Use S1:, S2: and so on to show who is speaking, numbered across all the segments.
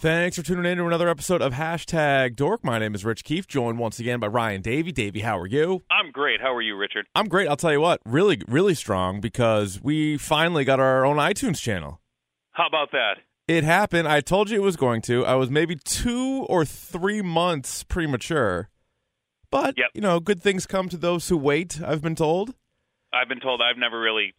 S1: Thanks for tuning in to another episode of Hashtag Dork. My name is Rich Keefe, joined once again by Ryan Davey. Davey, how are you?
S2: I'm great. How are you, Richard?
S1: I'm great. I'll tell you what, really, really strong because we finally got our own iTunes channel.
S2: How about that?
S1: It happened. I told you it was going to. I was maybe two or three months premature. But,
S2: Yep.
S1: you know, good things come to those who wait, I've been told.
S2: I've been told I've never really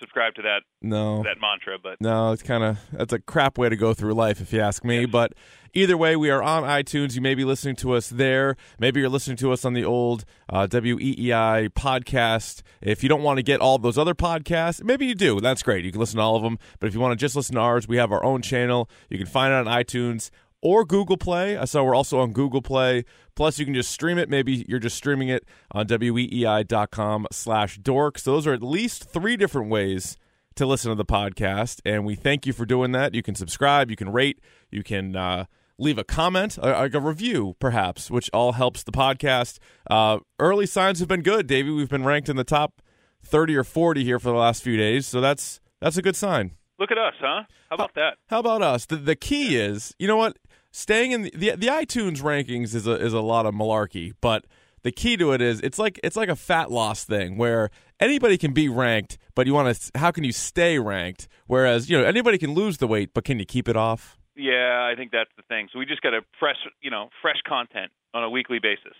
S2: subscribed to that
S1: No.
S2: that mantra, but
S1: No, it's kind of that's a crap way to go through life, if you ask me. But either way, we are on iTunes. You may be listening to us there. Maybe you're listening to us on the old uh, WEEI podcast. If you don't want to get all those other podcasts, maybe you do. That's great. You can listen to all of them. But if you want to just listen to ours, we have our own channel. You can find it on iTunes or Google Play. I saw we're also on Google Play. Plus, you can just stream it. Maybe you're just streaming it on E weei.com slash dork. So those are at least three different ways to listen to the podcast, and we thank you for doing that. You can subscribe, you can rate, you can uh, leave a comment, uh, like a review, perhaps, which all helps the podcast. Uh, early signs have been good, Davey. We've been ranked in the top thirty or forty here for the last few days, so that's that's a good sign.
S2: look at us, huh? How about that?
S1: How about us? The, the key is, you know what? Staying in the, the the iTunes rankings is a is a lot of malarkey, but the key to it is it's like it's like a fat loss thing where anybody can be ranked, but you want to how can you stay ranked? Whereas you know anybody can lose the weight, but can you keep it off?
S2: Yeah, I think that's the thing. So we just got to press, you know, fresh content on a weekly basis.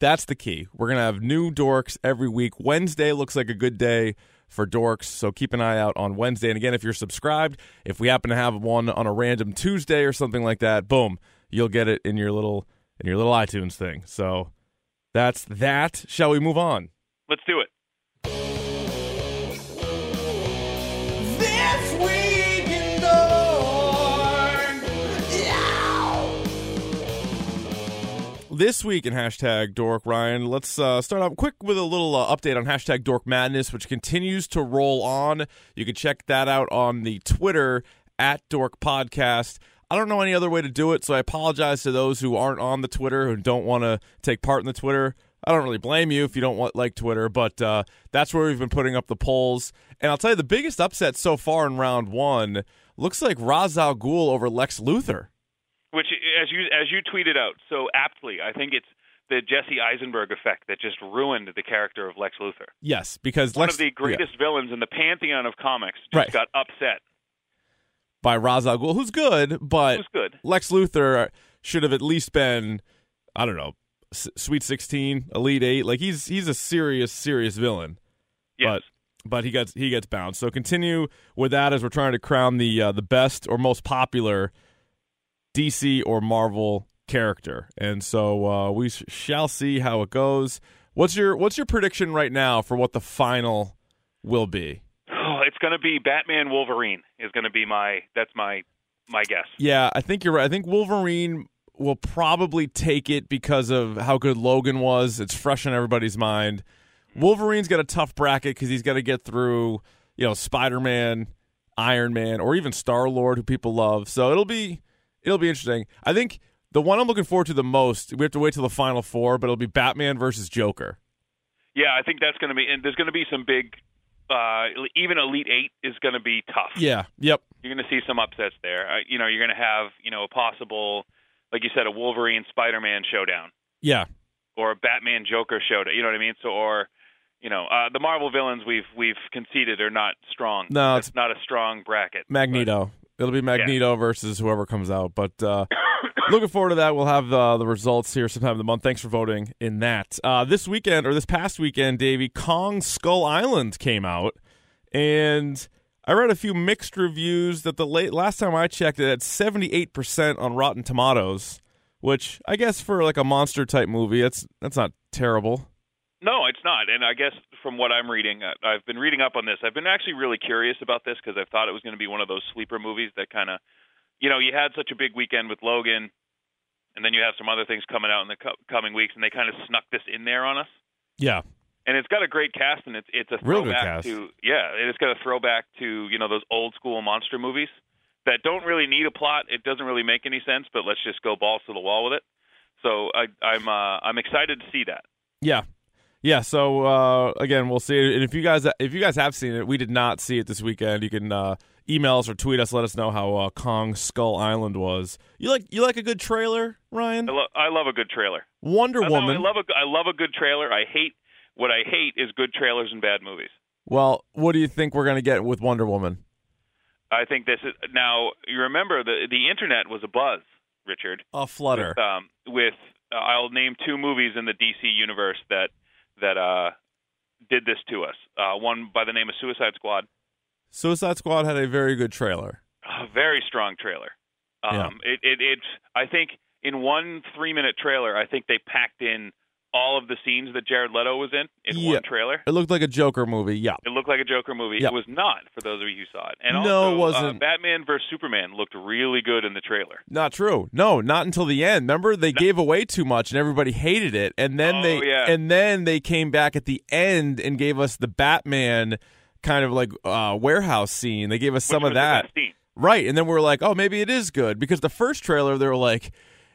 S1: That's the key. We're gonna have new dorks every week. Wednesday looks like a good day for dorks, so keep an eye out on Wednesday. And again, if you're subscribed, if we happen to have one on a random Tuesday or something like that, boom, you'll get it in your little in your little iTunes thing. So that's that. Shall we move on?
S2: Let's do it.
S3: This week in Dork.
S1: This week in hashtag Dork Ryan, let's uh, start off quick with a little uh, update on hashtag Dork Madness, which continues to roll on. You can check that out on the Twitter at Dork Podcast. I don't know any other way to do it, so I apologize to those who aren't on the Twitter who don't want to take part in the Twitter. I don't really blame you if you don't want like Twitter, but uh, that's where we've been putting up the polls. And I'll tell you, the biggest upset so far in round one looks like Ra's al Ghul over Lex Luthor.
S2: Which, as you as you tweeted out so aptly, I think it's the Jesse Eisenberg effect that just ruined the character of Lex Luthor.
S1: Yes, because
S2: One
S1: Lex,
S2: of the
S1: yeah.
S2: greatest villains in the pantheon of comics just
S1: Right.
S2: got upset.
S1: by Ra's al Ghul, who's good, but
S2: Who's good?
S1: Lex Luthor should have at least been, I don't know, S- Sweet Sixteen, Elite Eight. Like he's he's a serious serious villain,
S2: Yes.
S1: but but he gets he gets bounced. So continue with that as we're trying to crown the uh, the best or most popular DC or Marvel character, and so uh, we sh- shall see how it goes. What's your what's your prediction right now for what the final will be?
S2: Oh, it's going to be Batman Wolverine is going to be my that's my my guess.
S1: Yeah, I think you're right. I think Wolverine will probably take it because of how good Logan was. It's fresh in everybody's mind. Wolverine's got a tough bracket because he's got to get through, you know, Spider Man, Iron Man, or even Star Lord, who people love. So it'll be it'll be interesting. I think the one I'm looking forward to the most. We have to wait till the final four, but it'll be Batman versus Joker.
S2: Yeah, I think that's going to be, and there's going to be some big, uh, even Elite Eight is going to be tough.
S1: Yeah. Yep.
S2: You're going to see some upsets there. Uh, you know, you're going to have, you know, a possible, like you said, a Wolverine Spider Man showdown
S1: Yeah.
S2: or a Batman Joker showdown. You know what I mean? So, or, you know, uh, the Marvel villains we've we've conceded are not strong.
S1: No,
S2: it's not a strong bracket.
S1: Magneto. It'll be Magneto versus whoever comes out. But uh, looking forward to that. We'll have uh, the results here sometime in the month. Thanks for voting in that. Uh, this weekend, or this past weekend, Davey, Kong Skull Island came out. And I read a few mixed reviews that the late, last time I checked, it had 78% on Rotten Tomatoes, which I guess for like a monster type movie, that's, that's not terrible.
S2: No, it's not. And I guess from what I'm reading, I- I've been reading up on this. I've been actually really curious about this because I thought it was going to be one of those sleeper movies that kind of, you know, you had such a big weekend with Logan, and then you have some other things coming out in the co- coming weeks, and they kind of snuck this in there on us.
S1: Yeah.
S2: And it's got a great cast, and it's it's a
S1: Real good
S2: throwback
S1: cast.
S2: to yeah, and it's got a throwback to you know those old school monster movies that don't really need a plot. It doesn't really make any sense, but let's just go balls to the wall with it. So I, I'm uh, I'm excited to see that.
S1: Yeah. Yeah, so uh, again, we'll see. And if you guys if you guys have seen it, we did not see it this weekend. You can uh, email us or tweet us. Let us know how uh, Kong Skull Island was. You like you like a good trailer, Ryan?
S2: I, lo- I love a good trailer.
S1: Wonder
S2: I know,
S1: Woman.
S2: I love a I love a good trailer. I hate what I hate is good trailers and bad movies.
S1: well, what do you think we're gonna get with Wonder Woman?
S2: I think this is now. You remember the the internet was a buzz, Richard.
S1: A flutter.
S2: With, um, with uh, I'll name two movies in the DC universe that that uh, did this to us. Uh, one by the name of Suicide Squad,
S1: Suicide Squad had a very good trailer.
S2: a very strong trailer. Um, it, it it I think in one three minute trailer, I think they packed in all of the scenes that Jared Leto was in in
S1: Yeah.
S2: one trailer.
S1: It looked like a Joker movie. Yeah.
S2: It looked like a Joker movie.
S1: Yeah.
S2: It was not for those of you who saw it. And
S1: No,
S2: also,
S1: it
S2: Uh,
S1: wasn't.
S2: Batman vs Superman looked really good in the trailer.
S1: Not true. No, not until the end. Remember, they gave away too much, and everybody hated it. And then
S2: Oh,
S1: they,
S2: yeah.
S1: and then they came back at the end and gave us the Batman kind of like uh, warehouse scene. They gave us some of
S2: which was the
S1: that,
S2: best scene.
S1: right? And then we are like, oh, maybe it is good because the first trailer they were like,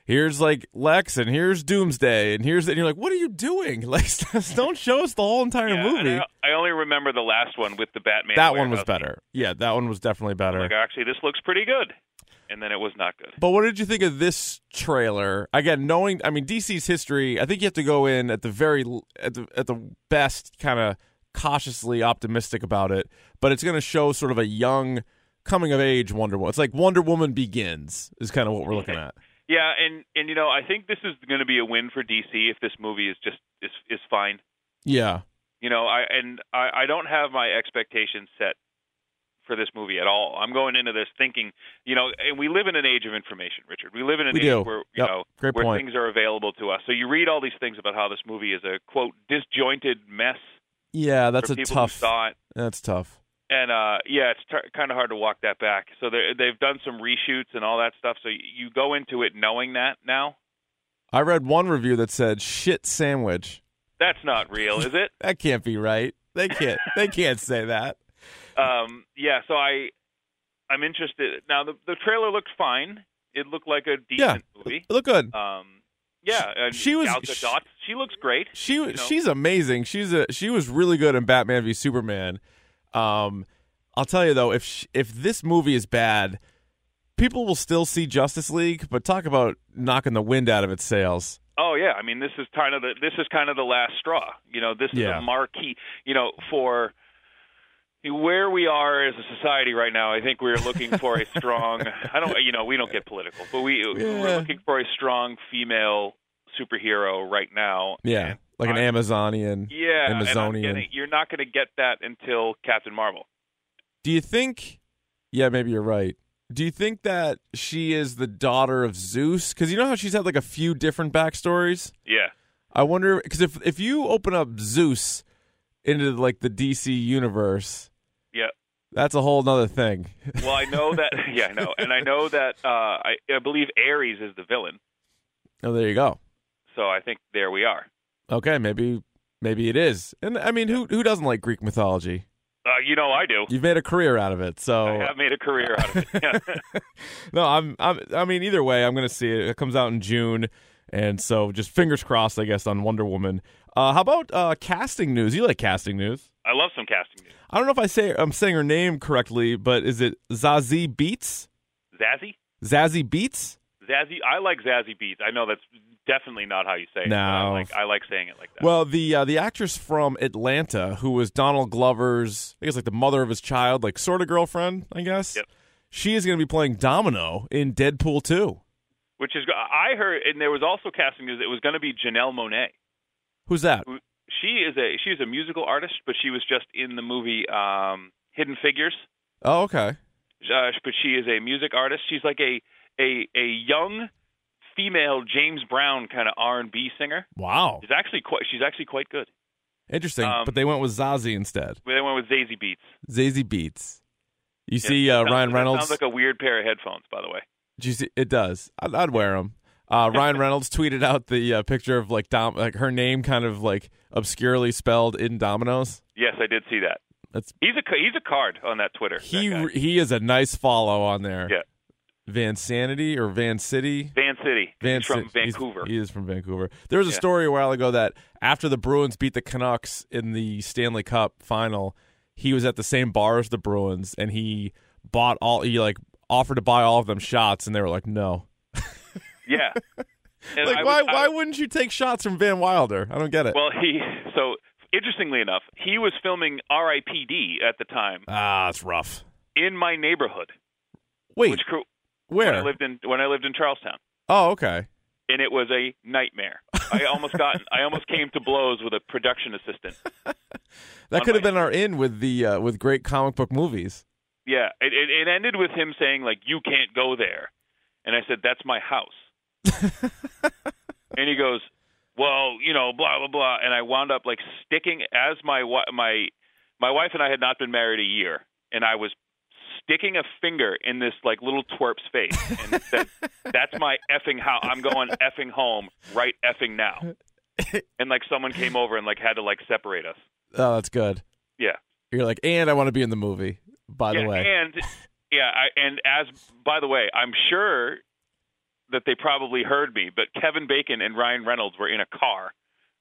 S1: here's like Lex and here's Doomsday and here's and you're like, what are you doing? Like, don't show us the whole entire
S2: Yeah, and
S1: movie.
S2: I, I only remember the last one with the Batman.
S1: That one was
S2: warehouse
S1: better. Yeah, that one was definitely
S2: scene.
S1: better.
S2: Like actually, this looks pretty good. And then it was not good.
S1: But what did you think of this trailer? Again, knowing, I mean, DC's history, I think you have to go in at the very, l- at the, at the best, kind of cautiously optimistic about it. But it's going to show sort of a young, coming of age Wonder Woman. It's like Wonder Woman begins is kind of what we're looking at.
S2: Yeah, and and you know I think this is going to be a win for DC if this movie is just is is fine.
S1: Yeah,
S2: You know, I and I, I don't have my expectations set for this movie at all. I'm going into this thinking, you know, and we live in an age of information, Richard. We live in an
S1: We
S2: age
S1: do.
S2: where you
S1: Yep.
S2: know
S1: Great
S2: where
S1: point.
S2: things are available to us. So you read all these things about how this movie is a quote disjointed mess.
S1: yeah, that's
S2: for
S1: a
S2: people
S1: tough.
S2: who saw it.
S1: That's tough.
S2: And uh, yeah, it's t- kind of hard to walk that back. So they- they've done some reshoots and all that stuff. So y- you go into it knowing that now.
S1: I read one review that said "shit sandwich."
S2: That's not real, is it?
S1: That can't be right. They can't. they can't say that.
S2: um, yeah, so I I'm interested now. The, the trailer looked fine. It looked like a decent
S1: yeah,
S2: movie.
S1: look good.
S2: Um, yeah, and
S1: she was-
S2: Gal Gadot. She looks great.
S1: She
S2: you know?
S1: she's amazing. She's a she was really good in Batman v Superman. Um, I'll tell you though, if sh if this movie is bad, people will still see Justice League. But talk about knocking the wind out of its sails.
S2: Oh yeah, I mean this is kind of the this is kind of the last straw. You know, this is
S1: Yeah.
S2: a marquee. You know, for where we are as a society right now, I think we're looking for a strong. I don't, you know, we don't get political, but we
S1: Yeah.
S2: we're looking for a strong female superhero right now.
S1: Yeah,
S2: And
S1: like an
S2: I-
S1: Amazonian.
S2: yeah, and I'm
S1: Amazonian.
S2: getting- you're not going to get that until Captain Marvel.
S1: Do you think? Yeah, maybe you're right. Do you think that she is the daughter of Zeus? Because you know how she's had like a few different backstories.
S2: Yeah,
S1: I wonder because if if you open up Zeus into like the DC universe,
S2: yeah.
S1: that's a whole nother thing.
S2: Well, I know that. yeah, I know, and I know that. Uh, I, I believe Ares is the villain,
S1: Oh, there you go.
S2: so I think there we are.
S1: Okay, maybe maybe it is. And I mean, who who doesn't like Greek mythology?
S2: Uh, you know, I do.
S1: You've made a career out of it. So
S2: I have made a career out of it. Yeah.
S1: no, I'm, I'm I mean, either way, I'm going to see it. It comes out in June, and so just fingers crossed, I guess, on Wonder Woman. Uh, how about uh, casting news? You like casting news?
S2: I love some casting news.
S1: I don't know if I say I'm saying her name correctly, but is it Zazie Beats?
S2: Zazzy?
S1: Zazie Beats?
S2: Zazzy? I like Zazzy Beats. I know that's definitely not how you say it. but I
S1: No.
S2: like, I like saying it like that.
S1: Well, the uh, the actress from Atlanta, who was Donald Glover's, I guess, like the mother of his child, like sort of girlfriend, I guess.
S2: Yep.
S1: she is going to be playing Domino in Deadpool 2.
S2: Which is I heard, and there was also casting news. It was going to be Janelle Monet.
S1: Who's that?
S2: Who- She is a she is a musical artist, but she was just in the movie um, Hidden Figures.
S1: Oh, okay.
S2: Uh, but she is a music artist. She's like a a a young female James Brown kind of R and B singer.
S1: Wow.
S2: She's actually quite she's actually quite good.
S1: Interesting.
S2: Um,
S1: but they went with Zazie instead.
S2: They went with Zazie Beats.
S1: Zazie Beats. You see
S2: Yeah,
S1: uh,
S2: that sounds-
S1: Ryan
S2: that
S1: Reynolds.
S2: Sounds like a weird pair of headphones, by the way.
S1: Do you see? It does. I'd, I'd wear them. Uh, Ryan Reynolds tweeted out the uh, picture of like Dom, like her name kind of like obscurely spelled in Domino's.
S2: Yes, I did see that.
S1: That's
S2: He's a he's a card on that Twitter. that
S1: he.
S2: guy.
S1: re- he is a nice follow on there.
S2: Yeah.
S1: Van Sanity or Van City.
S2: Van City.
S1: Van
S2: he's from
S1: Ci- he's-
S2: Vancouver.
S1: he is from Vancouver. There was a
S2: Yeah.
S1: story a while ago that after the Bruins beat the Canucks in the Stanley Cup final, he was at the same bar as the Bruins and he bought all he like offered to buy all of them shots and they were like no.
S2: yeah. And
S1: Like
S2: I
S1: why
S2: was- I-
S1: why wouldn't you take shots from Van Wilder? I don't get it.
S2: Well, he so interestingly enough, he was filming R.I.P.D. at the time
S1: ah, it's rough.
S2: in my neighborhood,
S1: Wait,
S2: which cr- when I
S1: where?
S2: lived in when I lived in Charlestown,
S1: Oh, okay.
S2: and it was a nightmare. I almost got I almost came to blows with a production assistant.
S1: That
S2: On
S1: could have
S2: my-
S1: been our in with the uh, with great comic book movies.
S2: Yeah, it, it, it ended with him saying like, "You can't go there," and I said, "That's my house." and he goes, "Well, you know, blah blah blah," and I wound up like sticking as my wi- my my wife and I had not been married a year, and I was sticking a finger in this like little twerp's face and said, "That's my effing house. I'm going effing home right effing now." And like someone came over and like had to like separate us.
S1: Oh, that's good.
S2: Yeah.
S1: You're like, and I want to be in the movie. By
S2: yeah,
S1: the way,
S2: And yeah, I, and as by the way, I'm sure that they probably heard me, but Kevin Bacon and Ryan Reynolds were in a car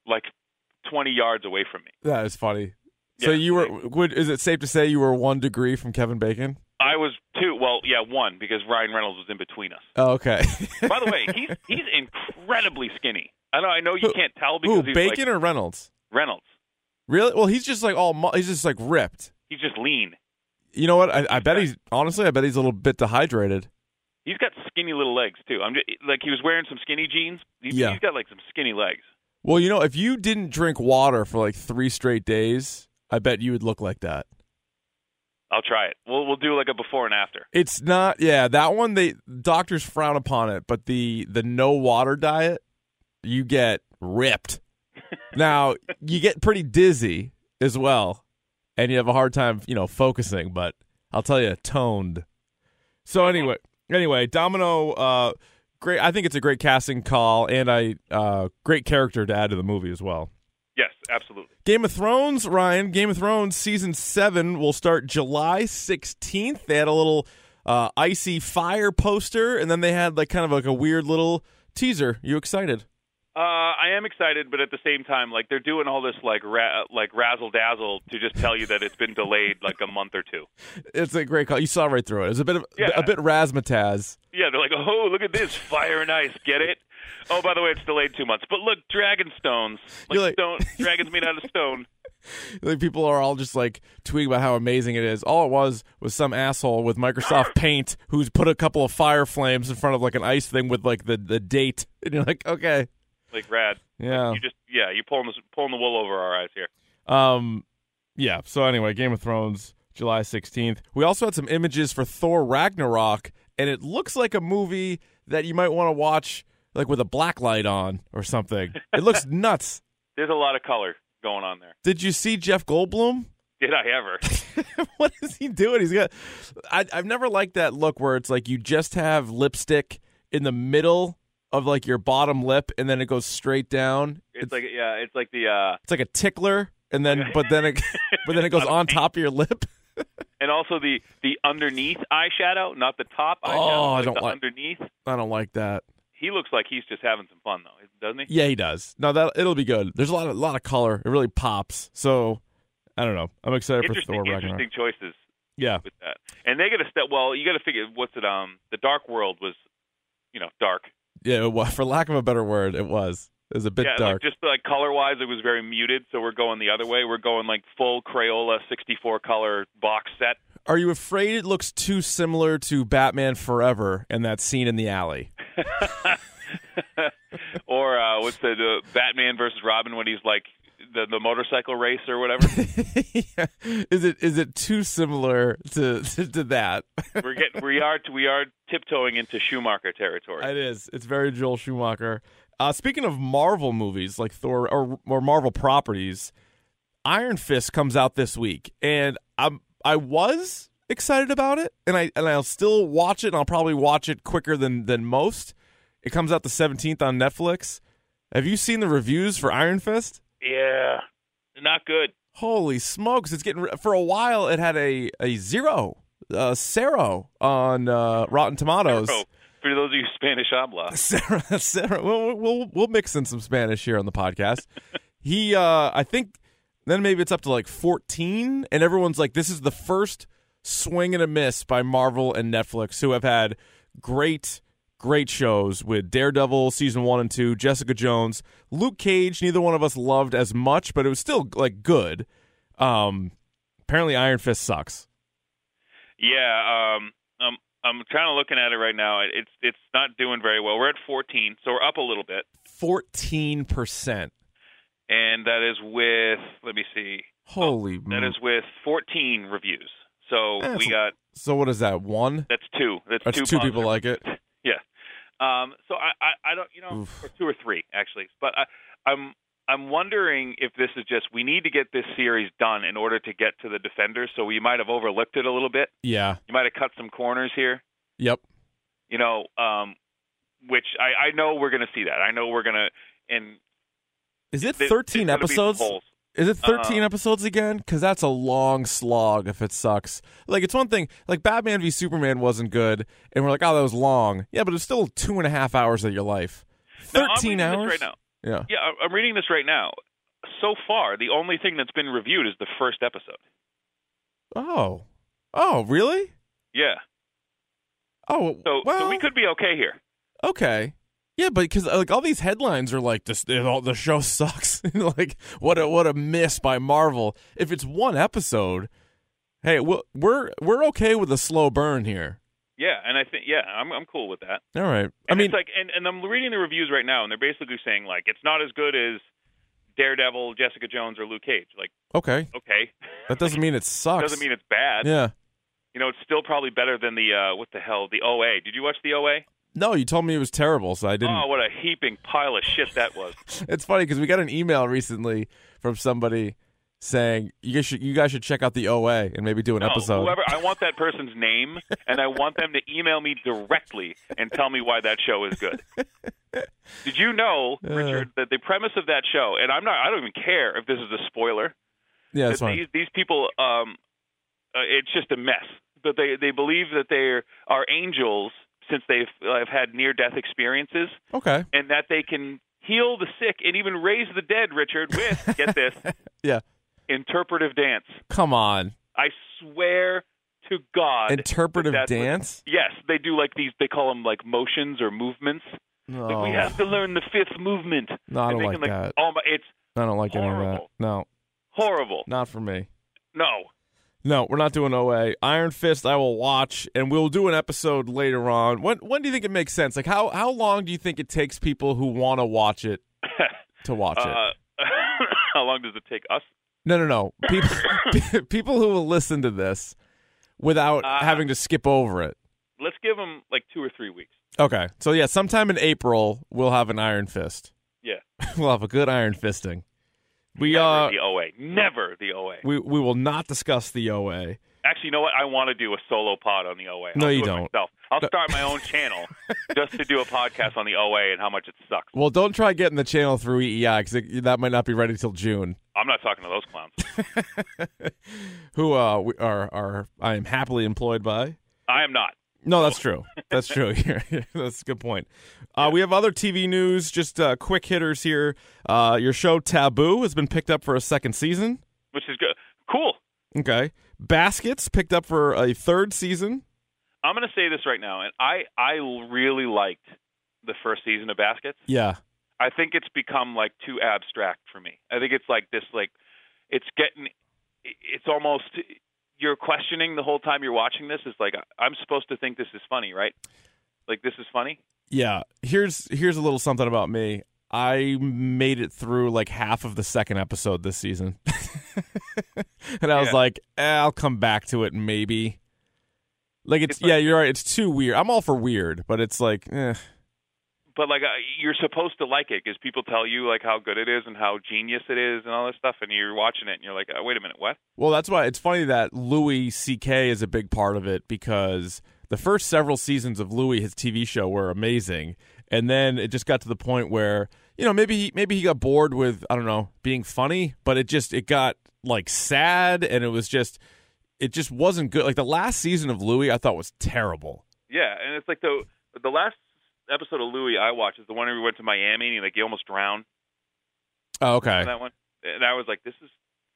S2: like 20 yards away from me.
S1: That is funny. So
S2: Yeah,
S1: you were would is it safe to say you were one degree from Kevin Bacon?
S2: I was two. Well, yeah, one because Ryan Reynolds was in between us.
S1: Oh, okay.
S2: By the way, he's he's incredibly skinny. I know I know you
S1: Who-
S2: can't tell because
S1: Who
S2: he's
S1: Bacon
S2: like
S1: or Reynolds?
S2: Reynolds.
S1: Really? Well, he's just like all mu- he's just like ripped.
S2: He's just lean.
S1: You know what? I, I bet he's honestly I bet he's a little bit dehydrated.
S2: He's got skinny little legs too. I'm just, like he was wearing some skinny jeans. He,
S1: Yeah.
S2: He's got like some skinny legs.
S1: Well, you know, if you didn't drink water for like three straight days, I bet you would look like that.
S2: I'll try it. We'll we'll do like a before and after.
S1: It's not yeah, that one they doctors frown upon it, but the the no water diet, you get ripped. now, you get pretty dizzy as well, and you have a hard time, you know, focusing, but I'll tell you, toned. So anyway, anyway, Domino uh great I think it's a great casting call and I uh great character to add to the movie as well.
S2: Yes, absolutely.
S1: Game of Thrones, Ryan. Game of Thrones season seven will start July sixteenth. They had a little uh, icy fire poster, and then they had like kind of like a weird little teaser. You excited?
S2: Uh, I am excited, but at the same time, like they're doing all this like ra- like razzle dazzle to just tell you that it's been delayed like a month or two.
S1: It's a great call. You saw right through it. It was a bit of
S2: Yeah.
S1: a bit razzmatazz.
S2: Yeah, they're like, oh, look at this fire and ice, get it? Oh, by the way, it's delayed two months. But look, dragon stones, like,
S1: You're like-
S2: stone, dragons made out of stone.
S1: Like people are all just like tweeting about how amazing it is. All it was was some asshole with Microsoft Paint who's put a couple of fire flames in front of like an ice thing with like the the date, and you're like, okay,
S2: Like rad.
S1: yeah.
S2: You just yeah, you're pulling this, pulling the wool over our eyes here.
S1: Um, yeah. So anyway, Game of Thrones, July sixteenth. We also had some images for Thor Ragnarok, and it looks like a movie that you might want to watch, like with a black light on or something. It looks nuts.
S2: There's a lot of color going on there.
S1: Did you see Jeff Goldblum?
S2: Did I ever?
S1: what is he doing? He's got. I, I've never liked that look where it's like you just have lipstick in the middle of like your bottom lip, and then it goes straight down.
S2: It's like yeah, it's like the uh,
S1: it's like a tickler, and then but then it but then it goes on top of your lip.
S2: and also the the underneath eyeshadow, not the top.
S1: Oh,
S2: eyeshadow,
S1: I
S2: like
S1: don't
S2: the
S1: like-
S2: underneath.
S1: I don't like that.
S2: He looks like he's just having some fun though, doesn't he?
S1: Yeah, he does. No, that it'll be good. There's a lot of lot of color. It really pops. So I don't know. I'm excited for
S2: interesting,
S1: Thor Ragnarok.
S2: interesting choices
S1: Yeah,
S2: with that. And they got to step. Well, you got to figure what's it. Um, the Dark World was, you know, dark.
S1: yeah. It wa- for lack of a better word, it was. It was a bit
S2: yeah,
S1: dark.
S2: Like, just like color wise, it was very muted. So we're going the other way. We're going like full Crayola 64 color box set.
S1: Are you afraid it looks too similar to Batman Forever and that scene in the alley?
S2: or uh, what's the uh, Batman versus Robin when he's like the the motorcycle race or whatever?
S1: Yeah. Is it is it too similar to to, to that?
S2: We're getting we are we are tiptoeing into Schumacher territory.
S1: It is. It's very Joel Schumacher. Uh, speaking of Marvel movies like Thor or, or Marvel properties, Iron Fist comes out this week, and I'm I was excited about it, and I and I'll still watch it, and I'll probably watch it quicker than than most. It comes out the 17th on Netflix. Have you seen the reviews for Iron Fist?
S2: yeah, not good.
S1: Holy smokes! It's getting for a while. It had a a zero, uh, zero on uh, Rotten Tomatoes.
S2: Oh, for those of you Spanish habla,
S1: Sarah, Sarah, we'll, we'll we'll mix in some Spanish here on the podcast. he, uh, I think, then maybe it's up to like fourteen, and everyone's like, "This is the first swing and a miss by Marvel and Netflix, who have had great, great shows with Daredevil season one and two, Jessica Jones, Luke Cage. Neither one of us loved as much, but it was still like good. Um, apparently, Iron Fist sucks.
S2: yeah. Um, I'm I'm kind of looking at it right now. It's it's not doing very well. We're at 14, so we're up a little bit,
S1: Fourteen percent.
S2: and that is with let me see,
S1: Holy,
S2: that
S1: mo-
S2: is with 14 reviews. So
S1: Mm. That's
S2: we
S1: a-
S2: got
S1: so. What is that? One.
S2: that's two. That's,
S1: That's
S2: two,
S1: two people
S2: positive
S1: like it.
S2: Yeah. Um, so I, I, I don't, you know,
S1: Oof.
S2: or two or three actually. But I, I'm, I'm wondering if this is just we need to get this series done in order to get to the defenders. So we might have overlooked it a little bit.
S1: Yeah.
S2: You might have cut some corners here.
S1: Yep.
S2: You know, um, which I, I know we're going to see that. I know we're going to. And
S1: Is it
S2: th-
S1: thirteen
S2: there's gonna be some
S1: episodes?
S2: holes.
S1: Is it 13
S2: Uh,
S1: episodes again? Because that's a long slog if it sucks. Like, it's one thing, like, Batman v Superman wasn't good, and we're like, oh, that was long. Yeah, but it's still two and a half hours of your life.
S2: Now, I'm
S1: 13
S2: reading
S1: hours?
S2: this right now.
S1: Yeah.
S2: Yeah, I- I'm reading this right now. So far, the only thing that's been reviewed is the first episode.
S1: Oh. Oh, really?
S2: Yeah.
S1: Oh,
S2: So,
S1: well,
S2: so we could be okay here.
S1: okay. Yeah, but because like all these headlines are like this, it all, the show sucks. like what a what a miss by Marvel. If it's one episode, hey, we're we're, we're okay with a slow burn here.
S2: Yeah, and I think yeah, I'm I'm cool with that.
S1: All right. I
S2: And
S1: mean,
S2: it's like, and, and I'm reading the reviews right now, and they're basically saying like it's not as good as Daredevil, Jessica Jones, or Luke Cage. Like,
S1: okay,
S2: okay,
S1: that doesn't mean it sucks.
S2: doesn't mean it's bad.
S1: Yeah.
S2: You know, it's still probably better than the uh, what the hell, the OA. Did you watch the OA?
S1: No, you told me it was terrible, so I didn't.
S2: Oh, what a heaping pile of shit that was.
S1: It's funny because we got an email recently from somebody saying you guys should you guys should check out the OA and maybe do an
S2: No,
S1: episode.
S2: whoever, I want that person's name, and I want them to email me directly and tell me why that show is good. Did you know,
S1: Uh.
S2: Richard, that the premise of that show, and I'm not, I don't even care if this is a spoiler.
S1: yeah, that's
S2: that
S1: fine.
S2: these these people um uh, it's just a mess but they they believe that they are angels since they've uh, have had near death experiences
S1: Okay.
S2: and that they can heal the sick and even raise the dead richard with get this
S1: Yeah.
S2: interpretive dance
S1: Come on.
S2: i swear to god that
S1: Interpretive
S2: that's what-
S1: dance.
S2: yes they do like these they call them like motions or movements
S1: No,
S2: like, we have to learn the fifth movement
S1: Oh. No, I
S2: And
S1: don't
S2: they
S1: like
S2: can, like
S1: that.
S2: oh my it's
S1: I don't like any of that.
S2: horrible.
S1: No,
S2: horrible
S1: not for me.
S2: no
S1: No, we're not doing OA. Iron Fist, I will watch, and we'll do an episode later on. When when do you think it makes sense? Like how how long do you think it takes people who want to watch it to watch it?
S2: uh, how long does it take us
S1: No, no, no. People, people who will listen to this without
S2: Uh,
S1: having to skip over it.
S2: let's give them like two or three weeks.
S1: Okay. So, yeah, sometime in April, we'll have an iron fist.
S2: Yeah.
S1: we'll have a good iron fisting. We,
S2: Never
S1: uh,
S2: the OA. Never the OA.
S1: we, we will not discuss the OA.
S2: Actually, you know what? I want to do a solo pod on the OA. I'll
S1: No, you
S2: do it
S1: don't.
S2: Myself. I'll start my own channel just to do a podcast on the OA and how much it sucks.
S1: Well, don't try getting the channel through E EEI because that might not be ready till June.
S2: I'm not talking to those clowns.
S1: Who uh, we are, are I am happily employed by.
S2: I am not.
S1: No, that's true. That's true. Yeah, yeah, that's a good point. Uh, we have other TV news, just uh, quick hitters here. Uh, your show Taboo has been picked up for a second season.
S2: Which is good. Cool.
S1: Okay. Baskets picked up for a third season.
S2: I'm going to say this right now, and I I really liked the first season of Baskets.
S1: Yeah.
S2: I think it's become like too abstract for me. I think it's like this like it's getting it's almost you're questioning the whole time you're watching this is like I'm supposed to think this is funny, right? Like this is funny.
S1: Yeah, here's here's a little something about me. I made it through like half of the second episode this season, and I was
S2: Yeah.
S1: like, eh, I'll come back to it maybe. Like it's,
S2: It's like-
S1: yeah, you're right. It's too weird. I'm all for weird, but it's like, eh.
S2: But like I- you're supposed to like it because people tell you like how good it is and how genius it is and all this stuff, and you're watching it and you're like, oh, wait a minute, what?
S1: Well, that's why it's funny that Louis C.K. is a big part of it because the first several seasons of Louis, his TV show, were amazing, and then it just got to the point where you know maybe he, maybe he got bored with I don't know being funny, but it just it got like sad, and it was just it just wasn't good. Like the last season of Louis, I thought was terrible.
S2: Yeah, and it's like the the last episode of Louis I watched is the one where we went to Miami and he, like he almost drowned.
S1: Oh, okay,
S2: That one, and I was like, this is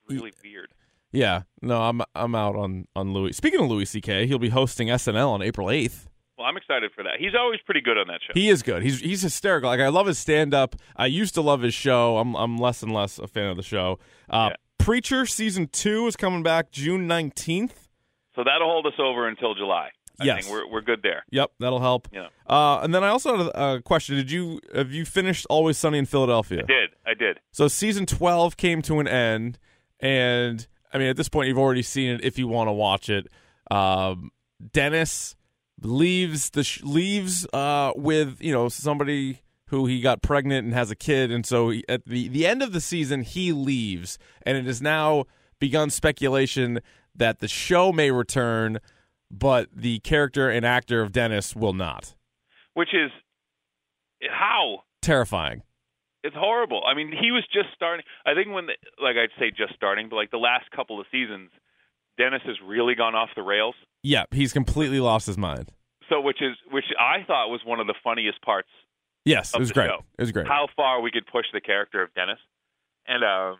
S2: really weird.
S1: yeah, no, I'm I'm out on on Louis. Speaking of Louis C.K., he'll be hosting SNL on April eighth.
S2: Well, I'm excited for that. He's always pretty good on that show.
S1: He is good. He's he's hysterical. Like I love his stand up. I used to love his show. I'm I'm less and less a fan of the show. Uh,
S2: Yeah.
S1: Preacher season two is coming back June nineteenth.
S2: So that'll hold us over until July. I
S1: Yes.
S2: think we're we're good there.
S1: Yep, that'll help.
S2: Yeah.
S1: Uh, and then I also had a, a question. Did you have you finished Always Sunny in Philadelphia?
S2: Did I did?
S1: So season twelve came to an end, and I mean at this point you've already seen it if you want to watch it. Um, Dennis leaves the sh- leaves uh, with you know somebody who he got pregnant and has a kid, and so he, at the the end of the season he leaves, and it has now begun speculation that the show may return, but the character and actor of Dennis will not.
S2: Which is how
S1: Terrifying.
S2: it's horrible. I mean, he was just starting. I think when, the, like I'd say, just starting, but like the last couple of seasons, Dennis has really gone off the rails.
S1: Yep, he's completely lost his mind.
S2: So, which is which I thought was one of the funniest parts,
S1: Yes, it
S2: Of
S1: was
S2: the
S1: great.
S2: show.
S1: It was great.
S2: how far we could push the character of Dennis, and uh,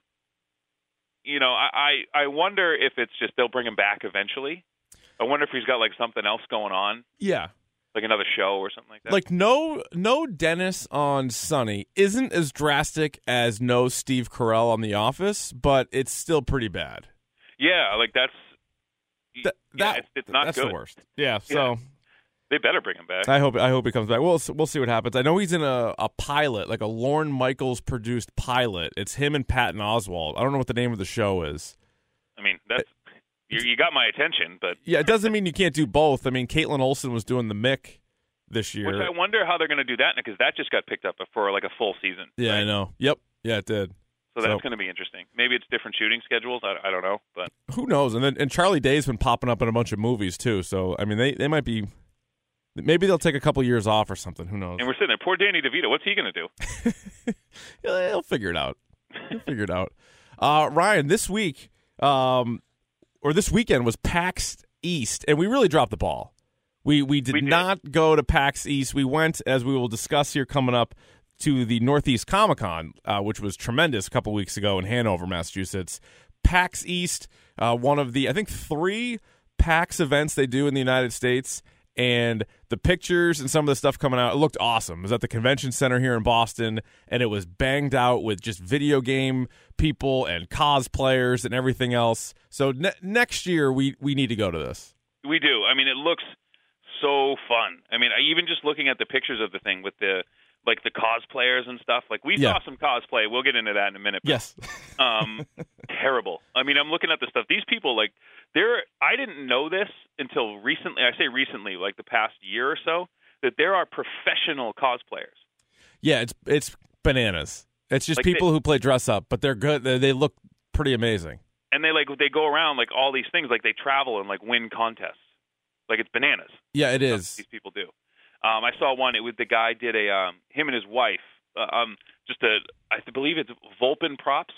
S2: you know, I, I I wonder if it's just they'll bring him back eventually. I wonder if he's got like something else going on,
S1: yeah.
S2: like another show or something like that.
S1: Like no no Dennis on Sunny isn't as drastic as no Steve Carell on The Office, but it's still pretty bad.
S2: yeah, like that's
S1: Th-
S2: yeah,
S1: that-
S2: it's, it's not
S1: that's
S2: good.
S1: the worst. Yeah. So
S2: They better bring him back.
S1: I hope I hope he comes back. We'll s- we'll see what happens. I know he's in a, a pilot, like a Lorne Michaels produced pilot. It's him and Patton Oswald. I don't know what the name of the show is.
S2: I mean, that's you, you got my attention, but
S1: Yeah, it doesn't mean you can't do both. I mean, Caitlin Olsen was doing the Mick this year.
S2: Which I wonder how they're going to do that because that just got picked up for like a full season.
S1: yeah, I
S2: right?
S1: know. Yep. Yeah, it did.
S2: So that's
S1: So-
S2: going to be interesting. Maybe it's different shooting schedules. I, I don't know, but
S1: who knows? And then and Charlie Day's been popping up in a bunch of movies too. So I mean, they they might be, maybe they'll take a couple years off or something. Who knows?
S2: and we're sitting there. Poor Danny DeVito. What's he going to do?
S1: Yeah, They'll figure it out. They'll figure it out. Uh, Ryan, this week, um, or this weekend was PAX East, and we really dropped the ball. We we did,
S2: We did.
S1: not go to PAX East. We went, as we will discuss here coming up, to the Northeast Comic Con, uh, which was tremendous a couple weeks ago in Hanover, Massachusetts. PAX East, uh, one of the I think three PAX events they do in the United States, and the pictures and some of the stuff coming out it looked awesome. It was at the convention center here in Boston, and it was banged out with just video game people and cosplayers and everything else. So ne- next year we we need to go to this.
S2: We do. I mean, it looks so fun. I mean, I, even just looking at the pictures of the thing with the like the cosplayers and stuff. Like we
S1: Yeah.
S2: saw some cosplay. We'll get into that in a minute. but,
S1: Yes.
S2: um, terrible. I mean, I'm looking at the stuff. These people, like, there. I didn't know this until recently. I say recently, like the past year or so, that there are professional cosplayers.
S1: Yeah, it's it's bananas. It's just
S2: Like they-
S1: people who play dress up, but they're good. They, they look pretty amazing.
S2: and they like they go around like all these things like they travel and like win contests like it's bananas
S1: Yeah, it
S2: stuff
S1: is.
S2: these people do um i saw one it was the guy did a um him and his wife uh, um just a i believe it's vulpin props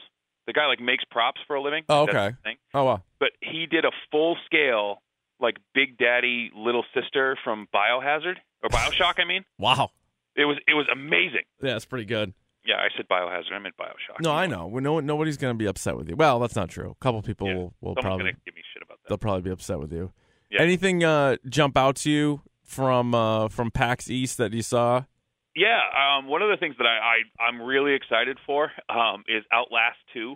S2: the guy like makes props for a living
S1: Oh,
S2: That's
S1: okay.
S2: his thing.
S1: Oh wow.
S2: but he did a full scale like big daddy little sister from biohazard or bioshock i mean
S1: Wow.
S2: it was it was amazing
S1: Yeah, it's pretty good.
S2: yeah i said biohazard i meant bioshock
S1: No, I know. We know nobody's going to be upset with you. Well, that's not true. A couple people
S2: Yeah.
S1: will, will
S2: someone's
S1: probably
S2: gonna give me shit about that
S1: they'll probably be upset with you.
S2: Yeah.
S1: Anything uh, jump out to you from uh, from PAX East that you saw?
S2: Yeah, um, one of the things that I, I I'm really excited for um, is Outlast Two.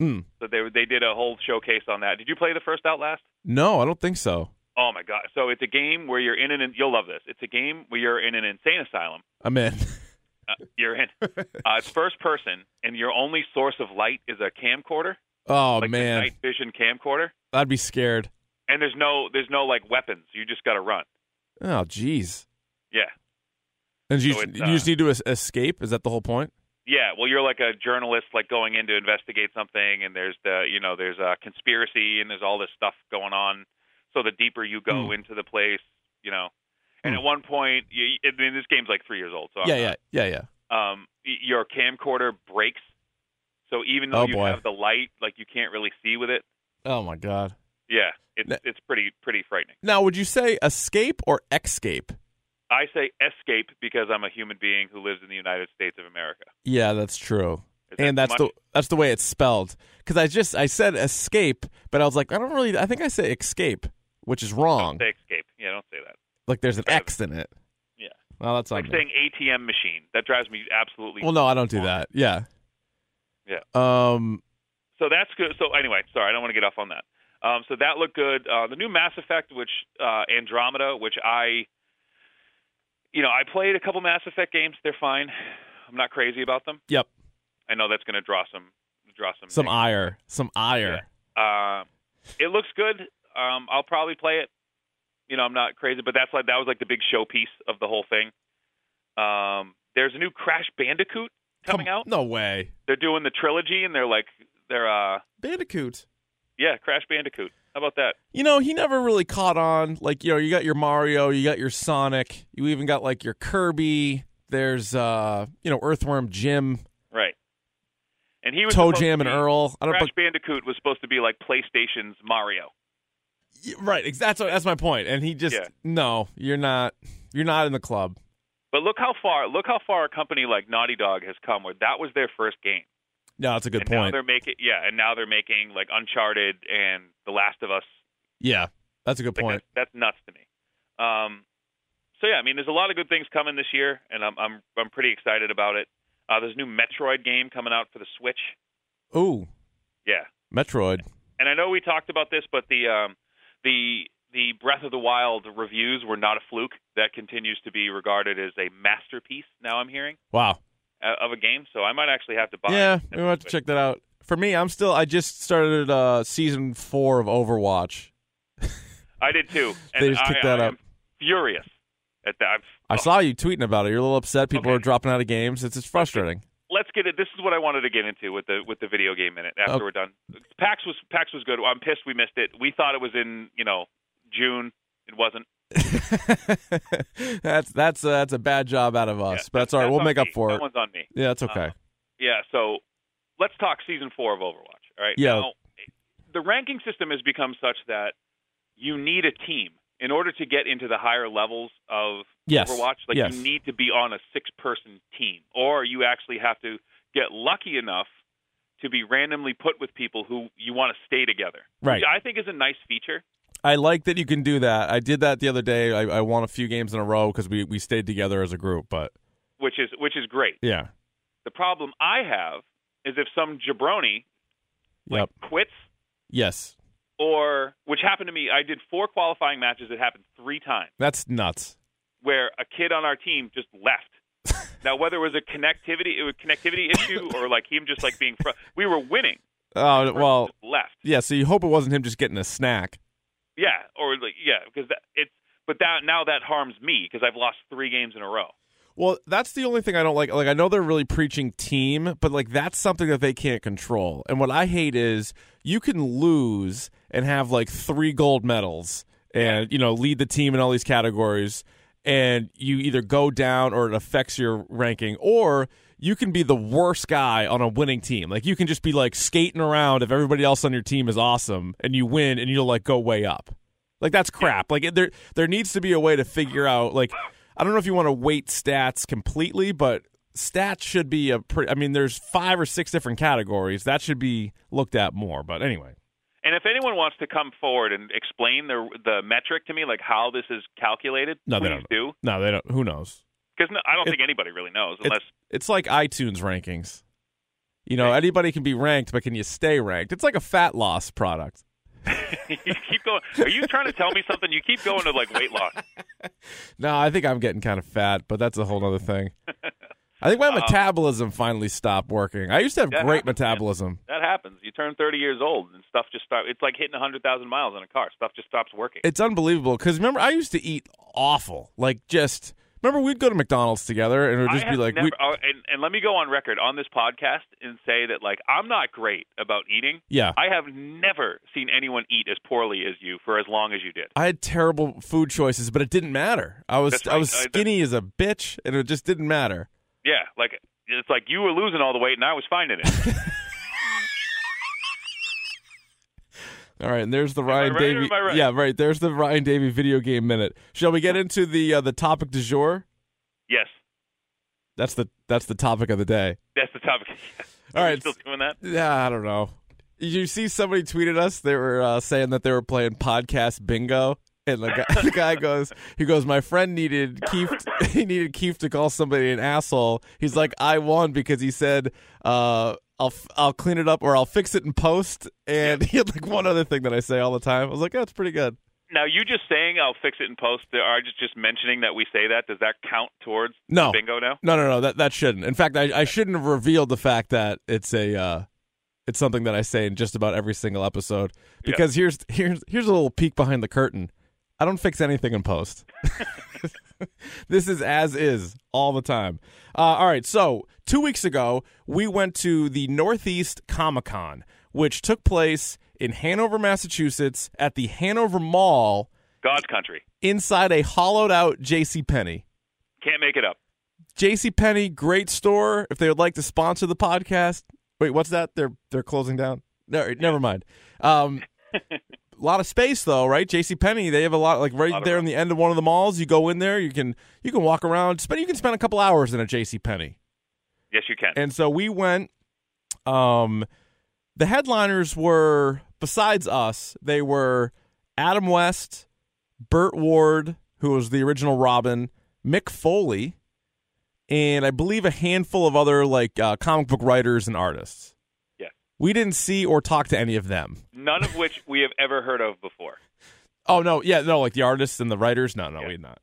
S1: Hmm.
S2: So they they did a whole showcase on that. Did you play the first Outlast?
S1: No, I don't think so.
S2: Oh my god! So it's a game where you're in an. You'll love this. It's a game where you're in an insane asylum.
S1: I'm in.
S2: Uh, you're in. Uh, it's first person, and your only source of light is a camcorder,
S1: Oh
S2: like a
S1: man,
S2: night vision camcorder.
S1: I'd be scared.
S2: And there's no, there's no like weapons. You just got to run.
S1: Oh jeez.
S2: Yeah,
S1: And you,
S2: So it's,
S1: you just
S2: uh,
S1: need to es- escape. Is that the whole point?
S2: yeah. Well, you're like a journalist, like going in to investigate something, and there's the, you know, there's a conspiracy, and there's all this stuff going on. So the deeper you go
S1: Hmm.
S2: into the place, you know. And at one point, you, I mean, this game's like three years old. So I'm
S1: yeah,
S2: not-
S1: yeah, yeah, yeah.
S2: um, y- your camcorder breaks. So even though
S1: Oh,
S2: you
S1: boy.
S2: have the light, like you can't really see with it.
S1: Oh my god.
S2: Yeah, it's
S1: That-
S2: it's pretty pretty frightening.
S1: Now, would you say escape or escape?
S2: I say escape because I'm a human being who lives in the United States of America.
S1: Yeah, that's true.
S2: Is that
S1: and that's
S2: too
S1: the that's the way it's spelled. Because I just I said escape, but I was like, I don't really. I think I say escape, which is wrong.
S2: much? say escape. Yeah, don't say that.
S1: Like there's an
S2: Yeah.
S1: X in it.
S2: Yeah.
S1: Well, that's on
S2: like
S1: me.
S2: saying ATM machine. That drives me absolutely.
S1: Well, no, I don't do
S2: on.
S1: that. Yeah.
S2: Yeah.
S1: Um.
S2: So that's good. So anyway, sorry, I don't want to get off on that. Um, so that looked good. Uh, the new Mass Effect, which uh, Andromeda, which I, you know, I played a couple Mass Effect games. They're fine. I'm not crazy about them.
S1: Yep.
S2: I know that's going to draw some draw some
S1: Some
S2: neg-
S1: ire. Some ire.
S2: Uh, it looks good. Um, I'll probably play it. You know, I'm not crazy, but that's like that was like the big showpiece of the whole thing. Um, there's a new Crash Bandicoot coming
S1: Come-
S2: out.
S1: No way.
S2: They're doing the trilogy, and they're like they're uh
S1: Bandicoot.
S2: yeah Crash Bandicoot. How about that?
S1: You know, he never really caught on. Like, you know, you got your Mario, you got your Sonic, you even got like your Kirby. There's uh, you know, Earthworm Jim,
S2: Right. And he was
S1: Toe
S2: supposed to
S1: Jam, and
S2: be-
S1: Earl. I don't.
S2: Crash Bandicoot was supposed to be like PlayStation's Mario.
S1: But, right. ex- That's that's my point. And he just
S2: Yeah.
S1: no, you're not. You're not in the club.
S2: But look how far look how far a company like Naughty Dog has come where that was their first game.
S1: No, that's a good
S2: and Now
S1: point.
S2: they're making yeah, and now they're making like Uncharted and The Last of Us.
S1: Yeah, that's a good
S2: Like,
S1: point.
S2: That's, that's nuts to me. Um, so yeah, I mean, there's a lot of good things coming this year, and I'm I'm I'm pretty excited about it. Uh, there's a new Metroid game coming out for the Switch.
S1: Ooh,
S2: Yeah,
S1: Metroid.
S2: and I know we talked about this, but the um, the the Breath of the Wild reviews were not a fluke. That continues to be regarded as a masterpiece. Now I'm hearing
S1: Wow.
S2: uh, of a game, so I might actually have to buy.
S1: Yeah, we
S2: it.
S1: might have to check that out. For me, I'm still. I just started uh season four of Overwatch.
S2: I did too. And
S1: They just
S2: I,
S1: picked that
S2: I
S1: up.
S2: am furious at that. I've-
S1: I saw you tweeting about it. You're a little upset. People
S2: Oh. Okay.
S1: are dropping out of games. It's it's frustrating.
S2: let's get it. This is what I wanted to get into with the with the video game minute after
S1: Okay.
S2: we're done. PAX was PAX was good. I'm pissed we missed it. We thought it was in you know June. It wasn't.
S1: that's that's a, that's a bad job out of us,
S2: Yeah,
S1: but that's all right. We'll
S2: on
S1: make up
S2: me.
S1: for
S2: that Uh-huh.
S1: it.
S2: one's on me.
S1: Yeah, that's okay.
S2: Uh, Yeah. So let's talk season four of Overwatch. All right.
S1: Yeah.
S2: Now, the ranking system has become such that you need a team in order to get into the higher levels of
S1: Yes.
S2: Overwatch. Like
S1: Yes.
S2: you need to be on a six-person team, or you actually have to get lucky enough to be randomly put with people who you want to stay together.
S1: Right.
S2: Which I think is a nice feature.
S1: I like that you can do that. I did that the other day. I, I won a few games in a row because we we stayed together as a group. But
S2: Which is which is great.
S1: yeah,
S2: The problem I have is if some jabroni like
S1: yep,
S2: quits
S1: yes,
S2: or which happened to me. I did four qualifying matches. It happened three times
S1: that's nuts.
S2: where a kid on our team just left. now, whether it was a connectivity, it was a connectivity issue, or like him just like being, fr- we were winning.
S1: Oh well,
S2: Just left.
S1: yeah. So you hope it wasn't him just getting a snack.
S2: Yeah, or like yeah, because that it's. But that now that harms me because I've lost three games in a row.
S1: Well, that's the only thing I don't like. Like I know they're really preaching team, but like that's something that they can't control. And what I hate is you can lose and have like 3 gold medals and you know lead the team in all these categories and you either go down or it affects your ranking or you can be the worst guy on a winning team. Like you can just be like skating around if everybody else on your team is awesome and you win and you'll like go way up. Like that's crap. Like it- there there needs to be a way to figure out like I don't know if you want to weight stats completely, but stats should be a pretty I mean there's five or six different categories. That should be looked at more. But anyway.
S2: And if anyone wants to come forward and explain the the metric to me, like how this is calculated,
S1: No, they
S2: please
S1: don't.
S2: do.
S1: No, they don't who knows.
S2: Because no, I don't
S1: It-
S2: think anybody really knows
S1: It's,
S2: unless
S1: it's like iTunes rankings. You know, anybody can be ranked, but can you stay ranked? It's like a fat loss product.
S2: you keep going. Are you trying to tell me something? You keep going to like weight loss.
S1: No, I think I'm getting kind of fat, but that's a whole other thing. I think my metabolism finally stopped working. I used to have
S2: Uh-huh. That
S1: great
S2: happens, man.
S1: metabolism.
S2: That happens. You turn 30 years old and stuff just start. It's like hitting 100,000 miles on a car. Stuff just stops working.
S1: It's unbelievable because remember I used to eat awful, like just remember we'd go to McDonald's together and it would
S2: I
S1: just be
S2: have
S1: like,
S2: never,
S1: we,
S2: oh, and, and let me go on record on this podcast and say that like I'm not great about eating.
S1: yeah,
S2: I have never seen anyone eat as poorly as you for as long as you did.
S1: I had terrible food choices, but it didn't matter. I was
S2: That's
S1: I
S2: right.
S1: was
S2: I-
S1: skinny as a bitch, and it just didn't matter.
S2: Yeah, like it's like you were losing all the weight and I was finding it.
S1: All right, and there's the
S2: I
S1: Ryan
S2: right or
S1: Davy.
S2: am I right?
S1: Yeah, right. There's the Ryan Davy video game minute. Shall we get into the uh, the topic du jour?
S2: yes,
S1: That's the that's the topic of the day.
S2: that's the topic.
S1: All
S2: Are we
S1: right.
S2: still doing that.
S1: Yeah, I don't know. You see, somebody tweeted us. They were uh, saying that they were playing podcast bingo, and the guy, the guy goes, "He goes, my friend needed Keith. he needed Keith to call somebody an asshole. He's like, I won because he said." Uh, I'll, f- I'll clean it up or I'll fix it in post. And he had like one other thing that I say all the time. I was like, that's pretty good.
S2: Now you just saying I'll fix it in post. uh, Are just just mentioning that we say that? Does that count towards
S1: No.
S2: bingo now?
S1: No, no, no. That that shouldn't. In fact, I, I shouldn't have revealed the fact that it's a uh, it's something that I say in just about every single episode.
S2: Yeah.
S1: Because here's here's here's a little peek behind the curtain. I don't fix anything in post. this is as is all the time. Uh, all right. So two weeks ago, we went to the Northeast Comic Con, which took place in Hanover, Massachusetts, at the Hanover Mall
S2: God's country
S1: inside a hollowed out J.C. Penney.
S2: can't make it up.
S1: JCPenney, great store. If they would like to sponsor the podcast. Wait, what's that? They're they're closing down. No, never mind. Um a lot of space though, right? JCPenney, they have a lot like right
S2: Lot of
S1: there in
S2: room.
S1: the end of one of the malls. You go in there, you can you can walk around, spend you can spend a couple hours in a JCPenney.
S2: Yes, you can.
S1: And so we went um the headliners were besides us, they were Adam West, Burt Ward, who was the original Robin, Mick Foley, and I believe a handful of other like uh, comic book writers and artists.
S2: Yeah.
S1: We didn't see or talk to any of them.
S2: None of which we have ever heard of before.
S1: Oh no, yeah, no, like the artists and the writers. No, no,
S2: Yeah.
S1: we did not.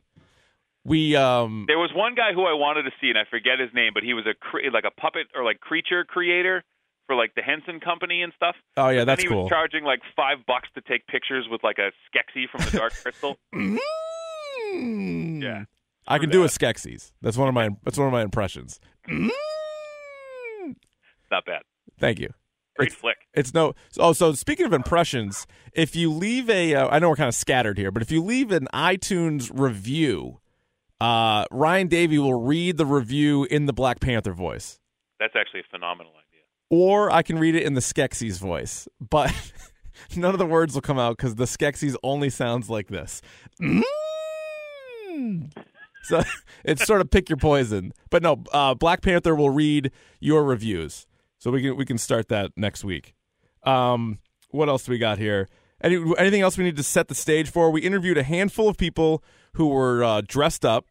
S1: We um
S2: There was one guy who I wanted to see, and I forget his name, but he was a cre- like a puppet or like creature creator for like the Henson Company and stuff.
S1: oh yeah,
S2: And
S1: that's
S2: he
S1: cool.
S2: was charging like five bucks to take pictures with like a Skeksis from the Dark Crystal.
S1: Mm.
S2: Yeah.
S1: I
S2: Screw
S1: can do a
S2: that.
S1: Skeksis. That's one of my that's one of my impressions. Mm.
S2: Not bad.
S1: Thank you.
S2: Great
S1: It's-
S2: flick.
S1: It's no. Oh, so speaking of impressions, if you leave a, uh, I know we're kind of scattered here, but if you leave an iTunes review, uh, Ryan Davey will read the review in the Black Panther voice,
S2: That's actually a phenomenal idea.
S1: or I can read it in the Skeksis voice, but none of the words will come out because the Skeksis only sounds like this. Mm. So it's sort of pick your poison. But no, uh, Black Panther will read your reviews, so we can we can start that next week. Um, what else do we got here? Any, anything else we need to set the stage for? We interviewed a handful of people who were uh, dressed up.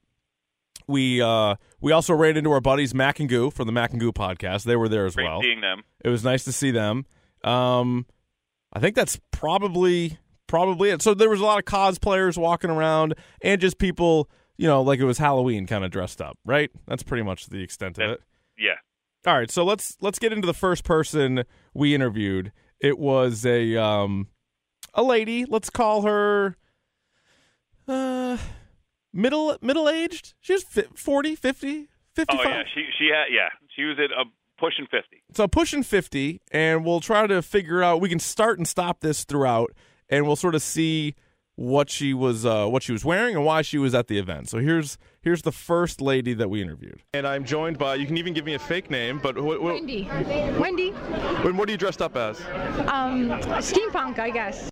S1: We uh, we also ran into our buddies Mac and Goo from the Mac and Goo podcast. They were there as
S2: Great
S1: well.
S2: seeing them.
S1: It was nice to see them. Um, I think that's probably probably it. So there was a lot of cosplayers walking around and just people, you know, like it was Halloween kind of dressed up, right? That's pretty much the extent of
S2: Yeah.
S1: it.
S2: Yeah.
S1: All right, so let's let's get into the first person we interviewed. It was a um a lady. Let's call her uh middle middle aged. She was fi- 40, 50, 55.
S2: Oh yeah. She she had yeah. She was at a pushing fifty.
S1: So pushing 50, and we'll try to figure out. We can start and stop this throughout, and we'll sort of see what she was uh, what she was wearing and why she was at the event. So here's here's the first lady that we interviewed.
S4: And I'm joined by, you can even give me a fake name, but what, what,
S5: Wendy. Wendy.
S4: when- what are you dressed up as?
S5: Um, steampunk, I guess.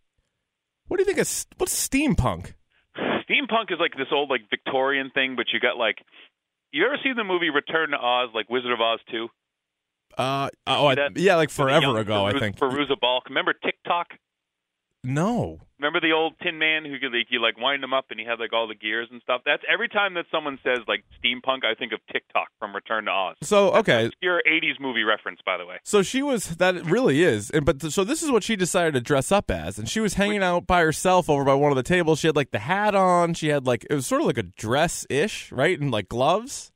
S1: What do you think of s- what's steampunk?
S2: Steampunk is like this old like Victorian thing, but you got like. You ever seen the movie Return to Oz, like Wizard of Oz 2?
S1: Uh, oh, I,
S2: That-
S1: yeah, like
S2: With the
S1: forever
S2: young
S1: ago, I
S2: Feruz-
S1: think.
S2: Feruza Balk. Remember TikTok?
S1: No.
S2: Remember the old Tin Man who could like you like wind him up and he had like all the gears and stuff. That's every time that someone says like steampunk, I think of TikTok from Return to Oz.
S1: So okay.
S2: Your '80s movie reference, by the way.
S1: So she was that really is, and but so this is what she decided to dress up as, and she was hanging out by herself over by one of the tables. She had like the hat on. She had like it was sort of like a dress ish, right, and like gloves.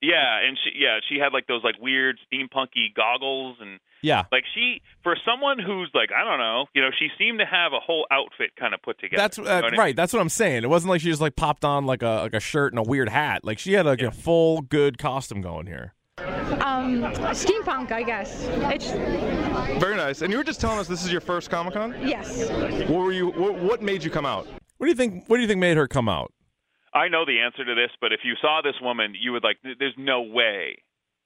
S2: Yeah, and she yeah she had like those like weird steampunky goggles and
S1: Yeah,
S2: like she for someone who's like I don't know, you know, she seemed to have a whole outfit kind of put together.
S1: that's
S2: You know
S1: uh,
S2: what I mean?
S1: right. That's what I'm saying. It wasn't like she just like popped on like a like a shirt and a weird hat. Like she had like a full good costume going here.
S6: Um, steampunk, I guess. It's
S7: Very nice. And you were just telling us this is your first Comic Con.
S6: yes.
S7: What were you? What, what made you come out?
S1: What do you think? What do you think made her come out?
S2: I know the answer to this, but if you saw this woman, you would like. There's no way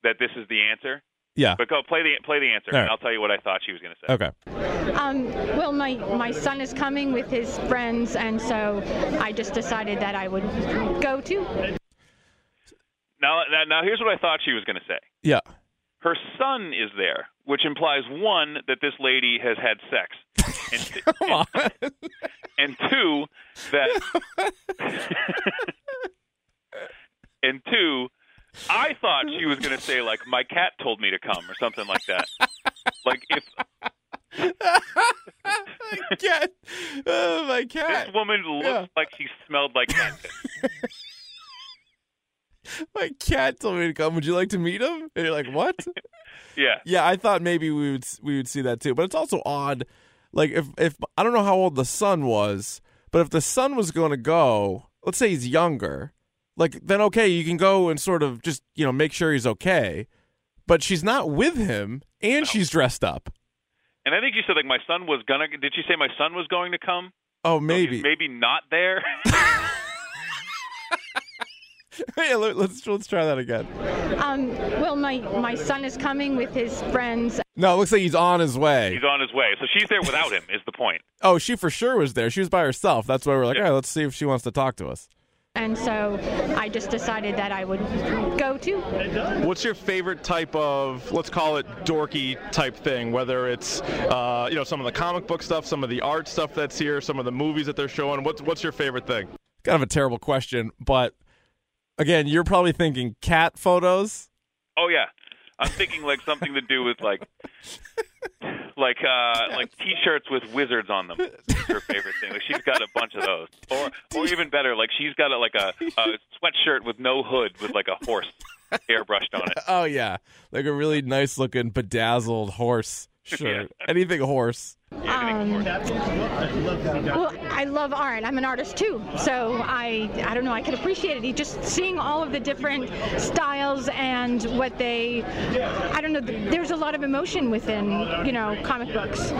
S2: that this is the answer.
S1: Yeah.
S2: But go play the play the answer,
S1: All right.
S2: and I'll tell you what I thought she was going to say.
S1: Okay.
S6: Um, well, my my son is coming with his friends, and so I just decided that I would go too.
S2: Now, now, now here's what I thought she was going to say.
S1: Yeah.
S2: Her son is there, which implies one that this lady has had sex, and,
S1: Come on.
S2: and two that, and two, I thought she was going to say like my cat told me to come or something like that. like if
S1: my cat. Oh, my cat.
S2: this woman looked
S1: Yeah.
S2: like she smelled like cat piss.
S1: My cat told me to come. Would you like to meet him? And you're like, what?
S2: Yeah.
S1: yeah, I thought maybe we would we would see that too. But it's also odd. Like if if I don't know how old the son was, but if the son was going to go, let's say he's younger, like then okay, you can go and sort of just you know make sure he's okay. But she's not with him, and she's dressed up.
S2: And I think you said like my son was gonna. Did you say my son was going to come?
S1: Oh,
S2: So he's
S1: maybe.
S2: maybe not there.
S1: yeah, let- let's let's try that again.
S6: Um, well, my my son is coming with his friends.
S1: No, it looks like he's on his way.
S2: He's on his way. So she's there without him. Is the point?
S1: Oh, she for sure was there. She was by herself. That's why we're like, all right, let's see if she wants to talk to us.
S6: And so I just decided that I would go too.
S7: What's your favorite type of let's call it dorky type thing? Whether it's uh, you know some of the comic book stuff, some of the art stuff that's here, some of the movies that they're showing. What's what's your favorite thing?
S1: Kind of a terrible question, but again, you're probably thinking cat photos.
S2: Oh yeah. I'm thinking like something to do with like, like uh like t-shirts with wizards on them. Is her favorite thing. Like she's got a bunch of those. Or or even better, like she's got a, like a, a sweatshirt with no hood with like a horse airbrushed on it.
S1: Oh yeah, like a really nice looking bedazzled horse shirt. Anything horse.
S6: Um, well, I love art. I'm an artist too, so I I don't know. I can appreciate it. You Just seeing all of the different styles and what they, I don't know. th- There's a lot of emotion within you know comic books.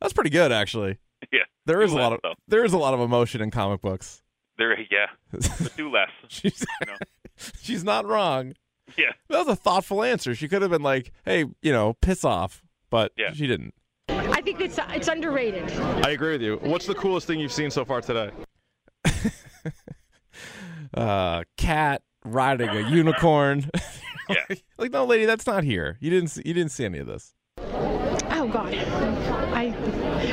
S1: That's pretty good actually.
S2: Yeah.
S1: There
S2: do
S1: is a lot
S2: less,
S1: of
S2: though.
S1: there is a lot of emotion in comic books.
S2: there. Yeah. But do less.
S1: She's
S2: No.
S1: she's not wrong.
S2: Yeah.
S1: That was a thoughtful answer. She could have been like, hey, you know, piss off, but
S2: Yeah.
S1: she didn't.
S6: I think it's it's underrated.
S7: I agree with you. What's the coolest thing you've seen so far today?
S1: Uh, cat riding a unicorn.
S2: Yeah.
S1: like no lady that's not here you didn't see, you didn't see any of this
S6: Oh God, I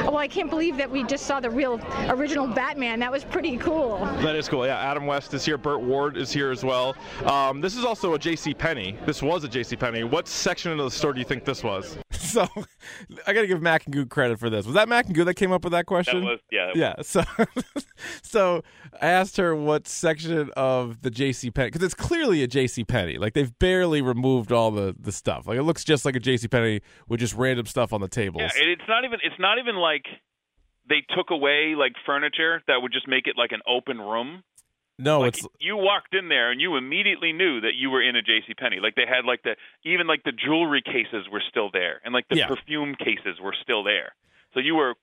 S6: well I can't believe that we just saw the real original Batman. That was pretty cool.
S7: That is cool. Yeah, Adam West is here. Burt Ward is here as well. Um, this is also a J.C. Penney. This was a J.C. Penney. What section of the store do you think this was?
S1: so i gotta give mac and goo credit for this was that mac and goo that came up with that
S2: That
S1: question
S2: was yeah. that was-
S1: yeah so so i asked her what section of the jc penny because it's clearly a jc penny like they've barely removed all the the stuff like it looks just like a jc penny with just random stuff on the tables
S2: Yeah, and it's not even it's not even like they took away like furniture that would just make it like an open room.
S1: no
S2: Like
S1: it's
S2: you walked in there and you immediately knew that you were in a JC Penney. Like they had like the even like the jewelry cases were still there and like the
S1: Yeah.
S2: perfume cases were still there. So you were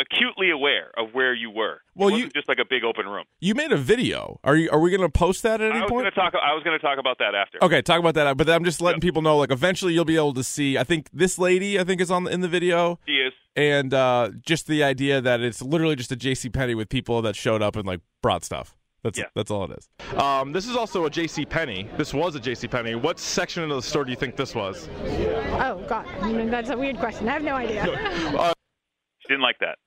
S2: acutely aware of where you were.
S1: Well,
S2: it
S1: you-
S2: wasn't just like a big open room.
S1: you made a video are you are we gonna post that at
S2: I
S1: any
S2: was
S1: point
S2: going to talk I was going to talk about that after.
S1: Okay, talk about that. But I'm just letting people know, like, eventually you'll be able to see. I think this lady, I think, is on in the video,
S2: She is
S1: and uh, just the idea that it's literally just a J.C. Penney with people that showed up and like brought stuff. That's
S2: Yeah.
S1: that's all it is.
S7: Um, this is also a J.C. Penney. This was a J.C. Penney. What section of the store do you think this was?
S6: Oh God, that's a weird question. I have no idea.
S2: She didn't like that.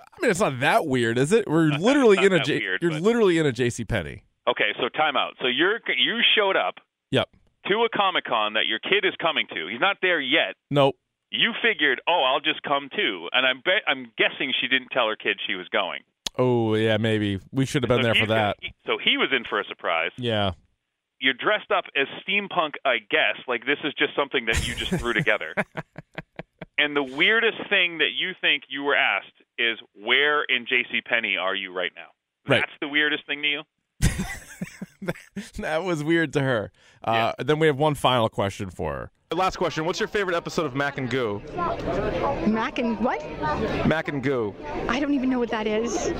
S1: I mean, it's not that weird, is it? We're
S2: Not that-
S1: literally
S2: not
S1: in a
S2: that
S1: J-
S2: weird,
S1: you're
S2: but-
S1: literally in a J.C. Penney.
S2: Okay, so timeout. So you're you showed up
S1: Yep.
S2: to a Comic Con that your kid is coming to. He's not there yet.
S1: Nope.
S2: You figured, oh, I'll just come too, and I'm bet I'm guessing she didn't tell her kid she was going.
S1: Oh yeah, maybe we should have been
S2: So
S1: there
S2: he's
S1: for that.
S2: gonna- so he was in for a surprise.
S1: Yeah.
S2: You're dressed up as steampunk, I guess. Like this is just something that you just threw together. And the weirdest thing that you think you were asked is, where in J.C. Penney are you right now?
S1: Right.
S2: That's the weirdest thing to you.
S1: that was weird to her. Uh, Then we have one final question for her.
S4: Last question. What's your favorite episode of Mac and Goo?
S5: Mac and what?
S4: Mac and Goo.
S5: I don't even know what that is.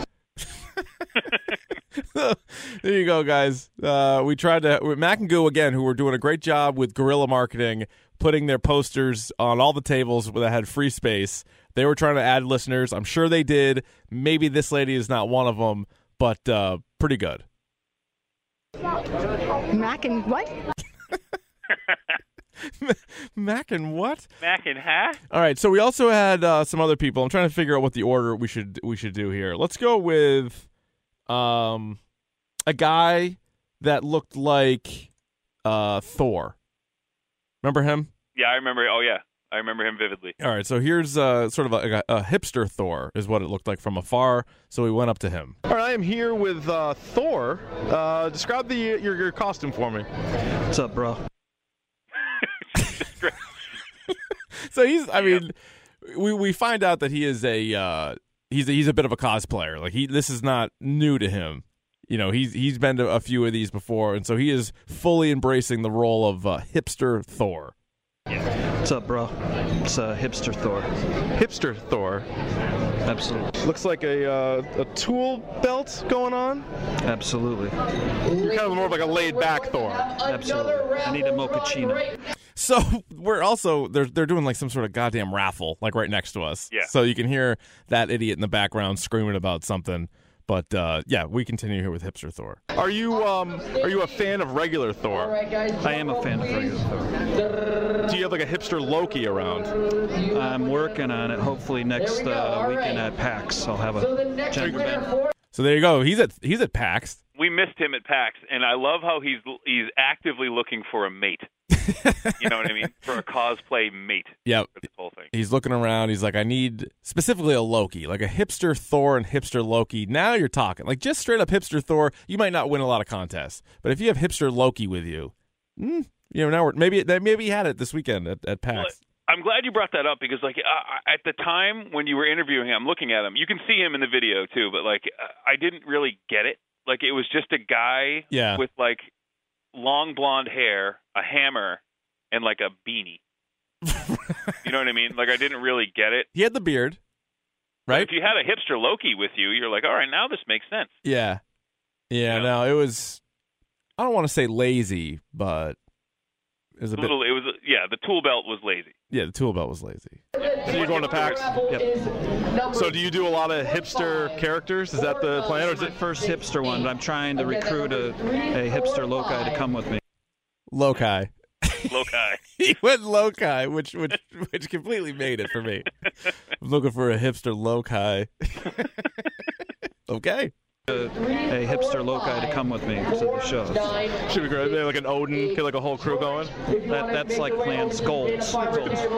S1: there you go, guys. Uh, we tried to with Mac and Goo again, who were doing a great job with guerrilla marketing, putting their posters on all the tables that had free space. They were trying to add listeners. I'm sure they did. Maybe this lady is not one of them, but uh, pretty good.
S5: Mac and what?
S1: Mac and what?
S2: Mac and Hat?
S1: All right. So we also had uh, some other people. I'm trying to figure out what the order we should we should do here. Let's go with um, a guy that looked like uh, Thor. Remember him?
S2: Yeah, I remember. Oh, yeah. I remember him vividly.
S1: All right. So here's uh, sort of a, a hipster Thor is what it looked like from afar. So we went up to him.
S4: All right, I am here with uh, Thor. Uh, describe the your, your costume for me.
S8: What's up, bro?
S1: So he's. I mean, we we find out that he is a uh, he's a, he's a bit of a cosplayer. Like he, this is not new to him. You know, he's he's been to a few of these before, and so he is fully embracing the role of uh, hipster Thor.
S8: What's up, bro? It's uh, hipster Thor.
S4: Hipster Thor.
S8: Absolutely,
S4: Looks like a uh, a tool belt going on.
S8: absolutely,
S4: You're kind of more of like a laid back Thor.
S8: absolutely. I need a mochaccino.
S1: So we're also they're they're doing like some sort of goddamn raffle like right next to us.
S2: Yeah.
S1: So you can hear that idiot in the background screaming about something. But uh, yeah, we continue here with hipster Thor.
S4: Are you um are you a fan of regular Thor?
S8: I am a fan of regular
S4: Do you have like a hipster Loki around?
S8: Thor. I'm working on it. Hopefully next uh, weekend at PAX, I'll have a gender bend.
S1: So there you go. He's at he's at PAX.
S2: We missed him at PAX, and I love how he's he's actively looking for a mate. you know what I mean? For a cosplay mate
S1: Yeah.
S2: for this whole thing.
S1: He's looking around. He's like, I need specifically a Loki, like a hipster Thor and hipster Loki. Now you're talking. Like just straight up hipster Thor, you might not win a lot of contests, but if you have hipster Loki with you, mm, you know now we're, maybe that maybe he had it this weekend at, at PAX.
S2: I'm glad you brought that up because, like, uh, at the time when you were interviewing him, I'm looking at him. You can see him in the video too, but like, uh, I didn't really get it. Like, it was just a guy
S1: Yeah.
S2: with like long blonde hair, a hammer, and like a beanie. you know what I mean? Like, I didn't really get it.
S1: He had the beard, right?
S2: If you had a hipster Loki with you, you're like, all right, now this makes sense.
S1: Yeah. yeah,
S2: Yeah.
S1: No, it was. I don't want to say lazy, but it was a
S2: A
S1: bit.
S2: little, it was yeah. The tool belt was lazy.
S1: Yeah, the tool belt was lazy.
S4: So you're going to PAX. So do you do a lot of hipster characters? Is that the plan, or is it?
S8: First hipster one, but I'm trying to recruit a, a hipster loci to come with me.
S1: Loci.
S2: Loki.
S1: he went loci, which which which completely made it for me. I'm looking for a hipster loci. okay.
S8: A hipster loci to come with me to the show.
S4: Should we grab maybe like an Odin, get like a whole crew going?
S8: That, that's like plans goals. goals.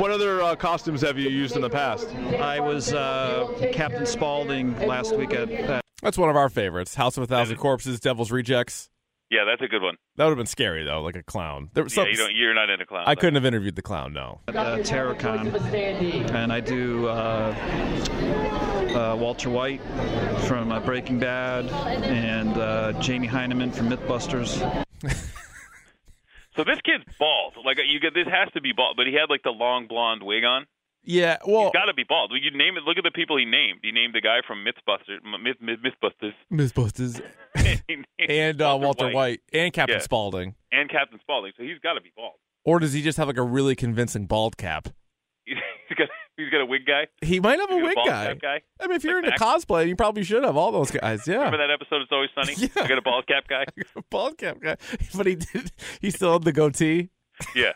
S4: What other uh, costumes have you used in the past?
S8: I was uh, Captain Spaulding last week at, at
S1: That's one of our favorites. House of a Thousand Corpses, Devil's Rejects.
S2: Yeah, that's a good one.
S1: That would have been scary though, like a clown. There was
S2: Yeah,
S1: some-
S2: you don't. You're not into clowns.
S1: I couldn't have interviewed the clown, no.
S8: uh, TerraCon, and I do uh, uh, Walter White from uh, Breaking Bad and uh, Jamie Heineman from MythBusters.
S2: So this kid's bald. Like you get this has to be bald, but he had like the long blonde wig on.
S1: Yeah, well
S2: Got to be bald. You name it. Look at the people he named. He named the guy from Mythbusters, M- Myth, Myth, Mythbusters,
S1: Ms. Busters.
S2: He named
S1: And uh, Walter White. and Captain
S2: Yeah.
S1: Spaulding.
S2: and Captain Spaulding. So he's got to be bald.
S1: Or does he just have like a really convincing bald cap?
S2: He's got he's got a wig guy.
S1: He might have a
S2: He's got
S1: wig
S2: bald
S1: guy.
S2: cap guy.
S1: I mean, if you're
S2: Like
S1: into cosplay, you probably should have all those guys. Yeah.
S2: Remember that episode? It's always sunny.
S1: Yeah.
S2: You got a bald cap guy.
S1: bald cap guy. But he did. He still had the goatee.
S2: Yeah.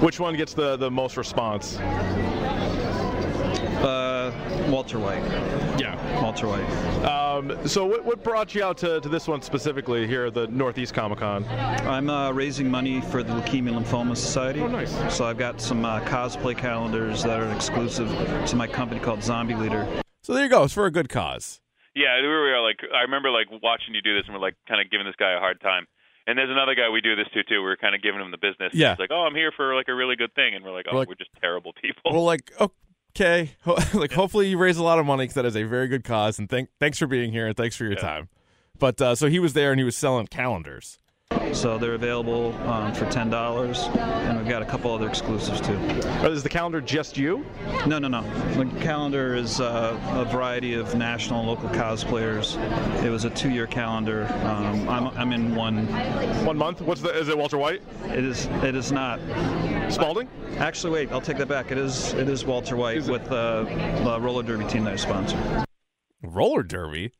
S4: Which one gets the, the most response?
S8: uh, Walter White.
S4: Yeah.
S8: Walter White.
S4: Um, so what, what brought you out to, to this one specifically here at the Northeast Comic Con?
S8: I'm uh, raising money for the Leukemia and Lymphoma Society.
S4: Oh, nice.
S8: So I've got some uh, cosplay calendars that are exclusive to my company called Zombie Leader.
S1: So there you go. It's for a good cause.
S2: Yeah, we were like, I remember like watching you do this, and we're like kind of giving this guy a hard time. And there's another guy we do this to too. We're kind of giving him the business.
S1: Yeah.
S2: He's like, oh, I'm here for like a really good thing, and we're like, oh,
S1: We're
S2: we're,
S1: like-
S2: just terrible people.
S1: Well, like okay, Ho- like hopefully you raise a lot of money because that is a very good cause. And thank thanks for being here and thanks for your time. But uh, so he was there and he was selling calendars.
S8: So they're available um, for ten dollars, and we've got a couple other exclusives too.
S4: Uh, Is the calendar just you?
S8: No, no, no. The calendar is uh, a variety of national and local cosplayers. It was a two-year calendar. Um, I'm, I'm in one.
S4: One month? What's the? Is it Walter White?
S8: It is. It is not.
S4: Spalding?
S8: Actually, wait. I'll take that back. It is. It is Walter White
S4: it?
S8: with uh, the roller derby team that I sponsor.
S1: Roller derby.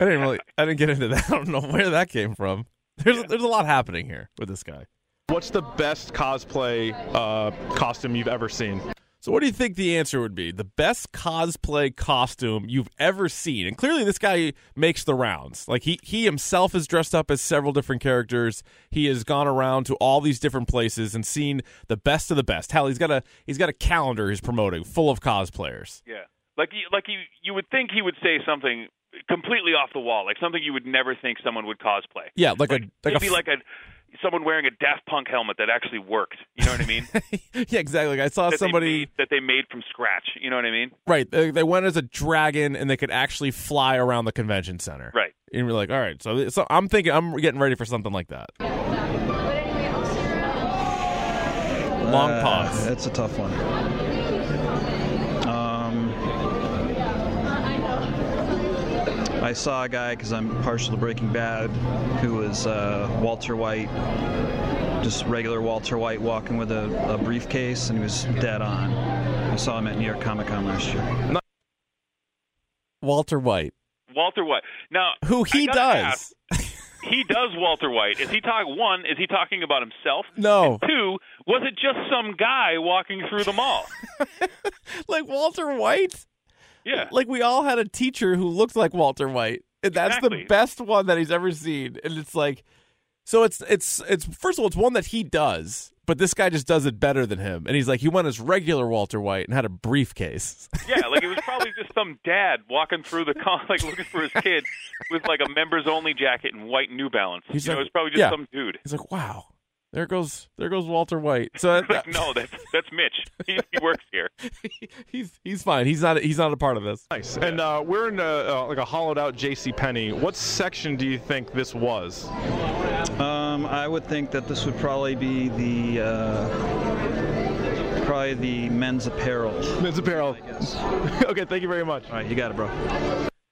S1: I didn't really. I didn't get into that. I don't know where that came from. There's there's a lot happening here with this guy.
S4: What's the best cosplay uh, costume you've ever seen?
S1: So what do you think the answer would be? The best cosplay costume you've ever seen. And clearly this guy makes the rounds. Like he he himself is dressed up as several different characters. He has gone around to all these different places and seen the best of the best. Hell, he's got a he's got a calendar he's promoting full of cosplayers.
S2: Yeah, like you- like you you would think he would say something completely off the wall, like something you would never think someone would cosplay.
S1: Yeah, like, a like a
S2: Maybe like a someone wearing a Daft Punk helmet that actually worked. You know what I mean? that
S1: Yeah, exactly. Like I saw
S2: they
S1: somebody
S2: made- that they made from scratch. You know what I mean?
S1: right, they, they went as a dragon and they could actually fly around the convention center.
S2: Right.
S1: And we're like, "All right, so so I'm thinking I'm getting ready for something like that." Long
S8: Uh,
S1: pause.
S8: That's a tough one. Um, I saw a guy because I'm partial to Breaking Bad, who was uh, Walter White, just regular Walter White, walking with a, a briefcase, and he was dead on. I saw him at New York Comic Con last year.
S1: Walter White,
S2: Walter White. Now,
S1: who
S2: I
S1: he does.
S2: gotta ask, he does Walter White. Is he talking? One, is he talking about himself?
S1: No.
S2: Two, was it just some guy walking through the mall?
S1: like Walter White?
S2: Yeah.
S1: Like we all had a teacher who looked like Walter White. And that's
S2: Exactly.
S1: the best one that he's ever seen. And it's like so it's it's it's first of all, it's one that he does, but this guy just does it better than him. And he's like he went as regular Walter White and had a briefcase.
S2: Yeah, like it was probably just some dad walking through the con, like looking for his kid with like a members only jacket and white New Balance.
S1: He's
S2: you know,
S1: like-
S2: it was probably just
S1: yeah.
S2: some dude.
S1: He's like, Wow. There goes there goes Walter White. So
S2: Like, no, that's that's Mitch. He, he works here.
S1: he's he's fine. He's not he's not a part of this.
S4: Nice. And uh, we're in a, uh, like a hollowed out J.C. Penney. What section do you think this was?
S8: Um, I would think that this would probably be the uh, probably the men's apparel.
S4: Men's apparel. okay, thank you very much.
S8: All right, you got it, bro.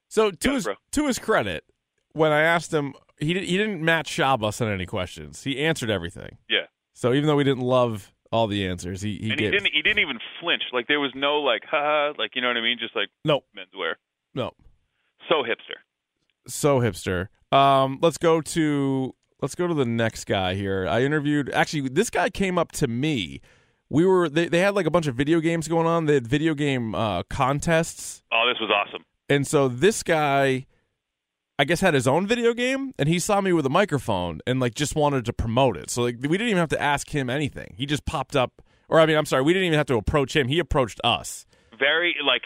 S1: So to
S2: Yeah,
S1: his
S2: bro.
S1: to his credit, when I asked him, he did, he didn't match Shabbos on any questions. He answered everything.
S2: Yeah.
S1: So even though we didn't love all the answers, he he
S2: and he
S1: gave
S2: didn't e-, he didn't even flinch. Like there was no like ha like you know what I mean? Just like
S1: no
S2: menswear.
S1: no
S2: So hipster.
S1: so hipster. Um, let's go to let's go to the next guy here. I interviewed actually this guy came up to me. We were they, they had like a bunch of video games going on. They had video game uh, contests
S2: Oh, this was awesome.
S1: And so this guy, I guess, had his own video game, and he saw me with a microphone and like just wanted to promote it. So like we didn't even have to ask him anything. He just popped up, or I mean, I'm sorry, we didn't even have to approach him. He approached us.
S2: Very like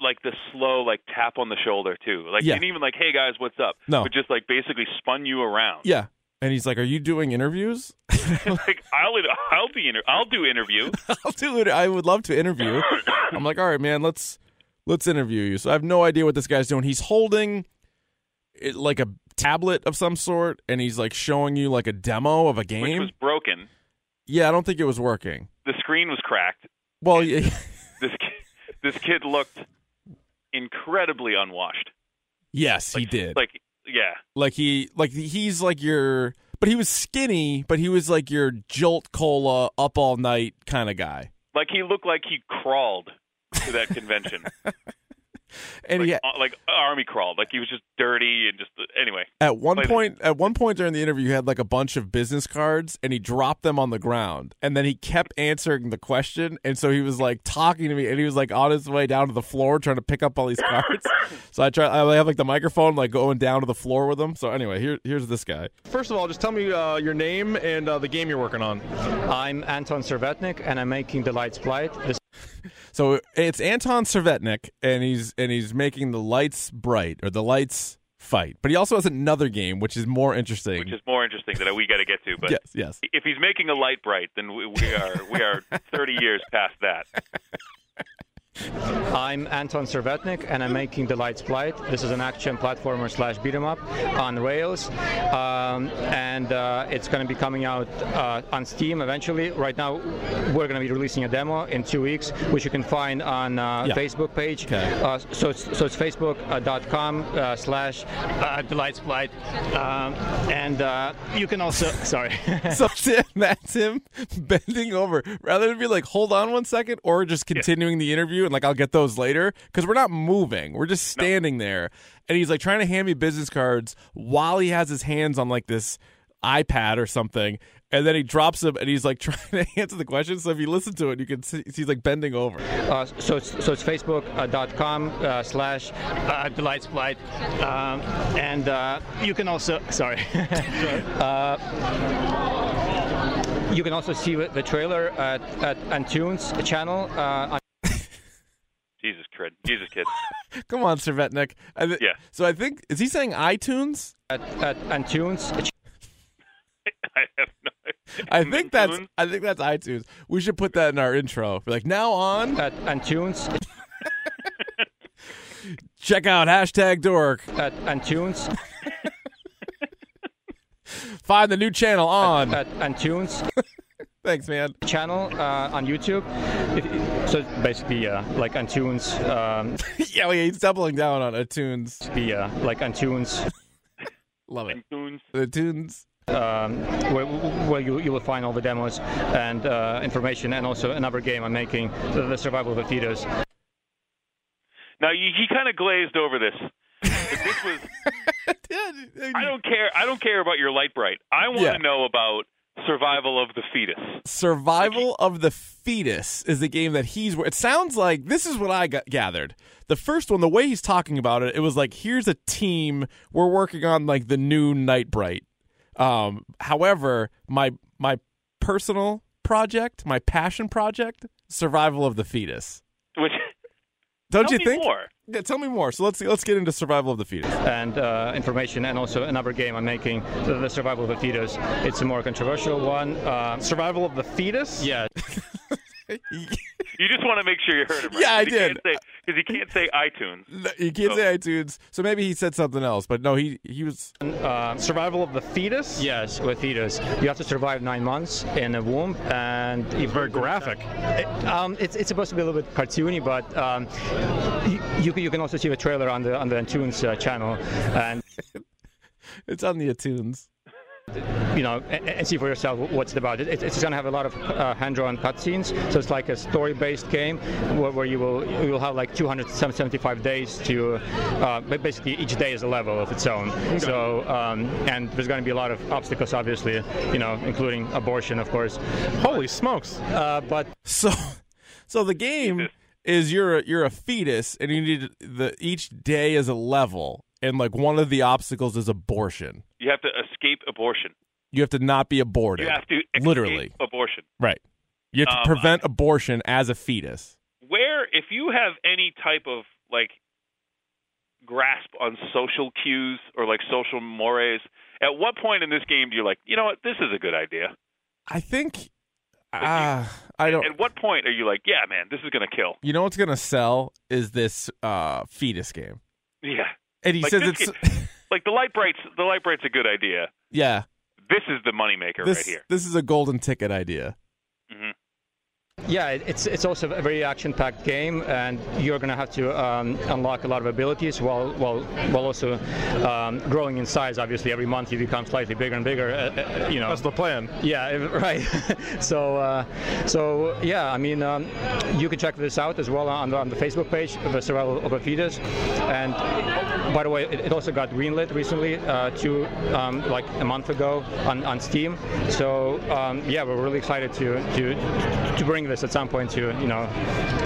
S2: like the slow like tap on the shoulder too. Like
S1: Yeah.
S2: didn't even like hey guys what's up.
S1: No.
S2: But just like basically spun you around.
S1: Yeah, and he's like, "Are you doing interviews?
S2: like I'll I'll be inter- I'll do interview.
S1: I'll do it. I would love to interview." I'm like, "All right, man, let's let's interview you." So I have no idea what this guy's doing. He's holding it, like a tablet of some sort, and he's like showing you like a demo of a
S2: which
S1: game.
S2: was broken.
S1: yeah, I don't think it was working.
S2: The screen was cracked.
S1: Well, yeah.
S2: This ki- this kid looked incredibly unwashed.
S1: Yes, he did. Like,
S2: Like yeah,
S1: he like he's like your but he was skinny, but he was like your jolt cola up all night kind of guy.
S2: like he looked like he crawled to that convention.
S1: and
S2: like,
S1: he,
S2: uh, like army crawled, like he was just dirty and just anyway.
S1: at one
S2: Play the-
S1: point, at one point during the interview, he had like a bunch of business cards, and he dropped them on the ground, and then he kept answering the question, and so he was like talking to me, and he was like on his way down to the floor trying to pick up all these cards. so I try, I have like the microphone like going down to the floor with him. So anyway, here, here's this guy.
S4: First of all, just tell me uh, your name and uh, the game you're working on.
S7: I'm Anton Servetnik, and I'm making the lights bright. This
S1: So it's Anton Servetnik, and he's and he's making the lights bright or the lights fight, but he also has another game which is more interesting.
S2: Which is more interesting that we got to get to, but.
S1: yes, yes.
S2: If he's making a light bright, then we, we are we are 30 years past that.
S7: I'm Anton Servetnik, and I'm making the lights bright. This is an action platformer slash beat 'em up on rails, um, and uh, it's going to be coming out uh, on Steam eventually. Right now, we're going to be releasing a demo in two weeks, which you can find on uh,
S1: Yeah.
S7: Facebook page.
S1: Okay.
S7: Uh, so it's so it's facebook.com uh, slash uh, the lights bright, um, and uh, you can also sorry.
S1: So Tim, that's him bending over rather than be like, hold on one second, or just continuing the interview and like, I'll get those later because we're not moving. We're just standing there. And he's like trying to hand me business cards while he has his hands on like this iPad or something. And then he drops them and he's like trying to answer the question. So if you listen to it, you can see he's like bending over.
S7: Uh, so it's so it's facebook.com uh, slash uh, the lights blight um, and uh, you can also sorry uh, you can also see the trailer at, at Antunes channel uh, on
S2: Jesus kid, Jesus kid.
S1: Come on, Servetnik. I thi-
S2: Yeah.
S1: So I think, is he saying iTunes?
S7: at, at Antunes ch-
S2: I have no.
S1: I think that's I think that's iTunes. We should put that in our intro. Be like now on
S7: at Antunes
S1: check out hashtag dork.
S7: at Antunes
S1: Find the new channel on.
S7: at Antunes
S1: Thanks, man.
S7: channel uh, on YouTube. If- so basically, uh, like Antunes, um,
S1: yeah, well, he's doubling down on iTunes.
S7: the uh, like Antunes
S1: Love it.
S2: Tunes.
S1: iTunes.
S7: um, where, where you, you will find all the demos and uh, information, and also another game I'm making, The, the Survival of the Fetus.
S2: Now you, he kind of glazed over this. Like, this was I don't care. I don't care about your light bright. I want to
S1: Yeah.
S2: know about survival of the fetus.
S1: Survival of the Fetus is the game that he's. It sounds like this is what I got gathered. The first one, the way he's talking about it, it was like, here's a team we're working on, like the new Night Bright. Um, however, my my personal project, my passion project, survival of the fetus.
S2: Which
S1: Don't
S2: tell
S1: you
S2: me
S1: think?
S2: more.
S1: Yeah, tell me more. So let's see, let's get into survival of the fetus.
S7: And uh, information, and also another game I'm making, The, the Survival of the Fetus. It's a more controversial one. Uh,
S4: Survival of the fetus?
S7: yeah,
S2: You just want to make sure you heard him. Right?
S1: Yeah, I
S2: 'Cause he
S1: did.
S2: can't say- Because he can't say iTunes.
S1: No, You can't
S2: Oh.
S1: say iTunes. So maybe he said something else, but no, he he was.
S4: Uh, Survival of the fetus?
S7: yes, with fetus, you have to survive nine months in a womb, and if
S4: Very graphic.
S7: Um, it's, it's supposed to be a little bit cartoony, but um, you, you, can- you can also see the trailer on the on the Antunes uh, channel, and
S1: It's on the iTunes.
S7: you know, and, and see for yourself what's it about. It, it's going to have a lot of uh, hand-drawn cutscenes, so it's like a story-based game where, where you will you will have like 275 days to, uh, ba- basically each day is a level of its own. So um, and there's going to be a lot of obstacles, obviously, you know, including abortion, of course.
S4: Holy smokes.
S7: Uh, but
S1: So, so the game is you're a, you're a fetus, and you need the each day is a level, and like one of the obstacles is abortion.
S2: You have to escape abortion.
S1: You have to not be aborted.
S2: You have to escape
S1: literally
S2: abortion.
S1: right. You have to
S2: Um,
S1: prevent abortion as a fetus.
S2: where if you have any type of like grasp on social cues or like social mores, at what point in this game do you like, you know what, this is a good idea?
S1: I think. Ah, I don't.
S2: At what point are you like, yeah, man, this is gonna kill?
S1: You know what's gonna sell is this uh, fetus game,
S2: Yeah,
S1: and he
S2: Like
S1: says
S2: this
S1: it's
S2: like the light brights, the light bright's a good idea.
S1: yeah.
S2: This is the moneymaker
S1: This
S2: right here.
S1: this is a golden ticket idea.
S7: yeah, it- it's it's also a very action-packed game, and you're gonna have to um, unlock a lot of abilities while while while also um, growing in size. Obviously, every month you become slightly bigger and bigger. Uh, uh, you know, that's the
S4: plan.
S7: Yeah, eh, right. so uh, so yeah, I mean, um, you can check this out as well on the, on the Facebook page, the Survival of a Fetus. And by the way, it, it also got greenlit recently, uh, two um, like a month ago on, on Steam. So um, yeah, we're really excited to to to bring this at some point to you know.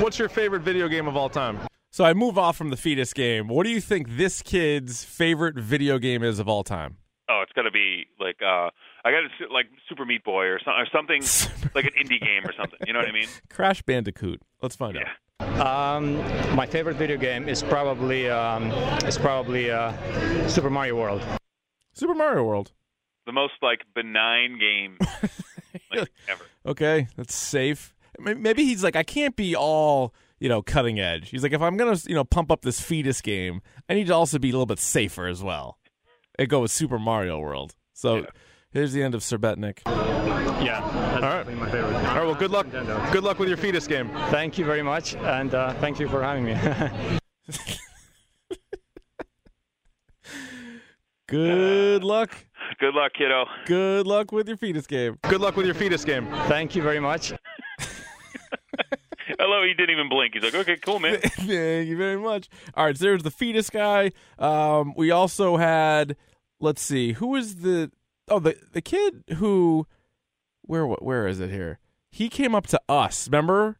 S4: What's your favorite video game of all time?
S1: So I move off from the fetus game. What do you think this kid's favorite video game is of all time?
S2: Oh, it's got to be like uh, I got to like Super Meat Boy or, some, or something like an indie game or something. You know what I mean?
S1: Crash Bandicoot. Let's find out.
S7: Um, my favorite video game is probably um, is probably uh, Super Mario World.
S1: Super Mario World.
S2: The most like benign game like ever.
S1: Okay, that's safe. May- Maybe he's like, I can't be all you know cutting edge. He's like, if I'm gonna you know pump up this fetus game, I need to also be a little bit safer as well. It go with Super Mario World. So here's the end of Serbetnik.
S7: Yeah, that's definitely my favorite.
S4: All right, well, good luck.
S7: Nintendo.
S4: Good luck with your fetus game.
S7: Thank you very much, and uh, thank you for having me.
S1: Good luck.
S2: Good luck, kiddo.
S1: Good luck with your fetus game.
S4: Good luck with your fetus game.
S7: thank you very much.
S2: Hello, he didn't even blink. He's like, okay, cool, man.
S1: Thank you very much. All right, so there's the fetus guy. Um, we also had, let's see, who was the oh the the kid who, where what where is it here? He came up to us. Remember?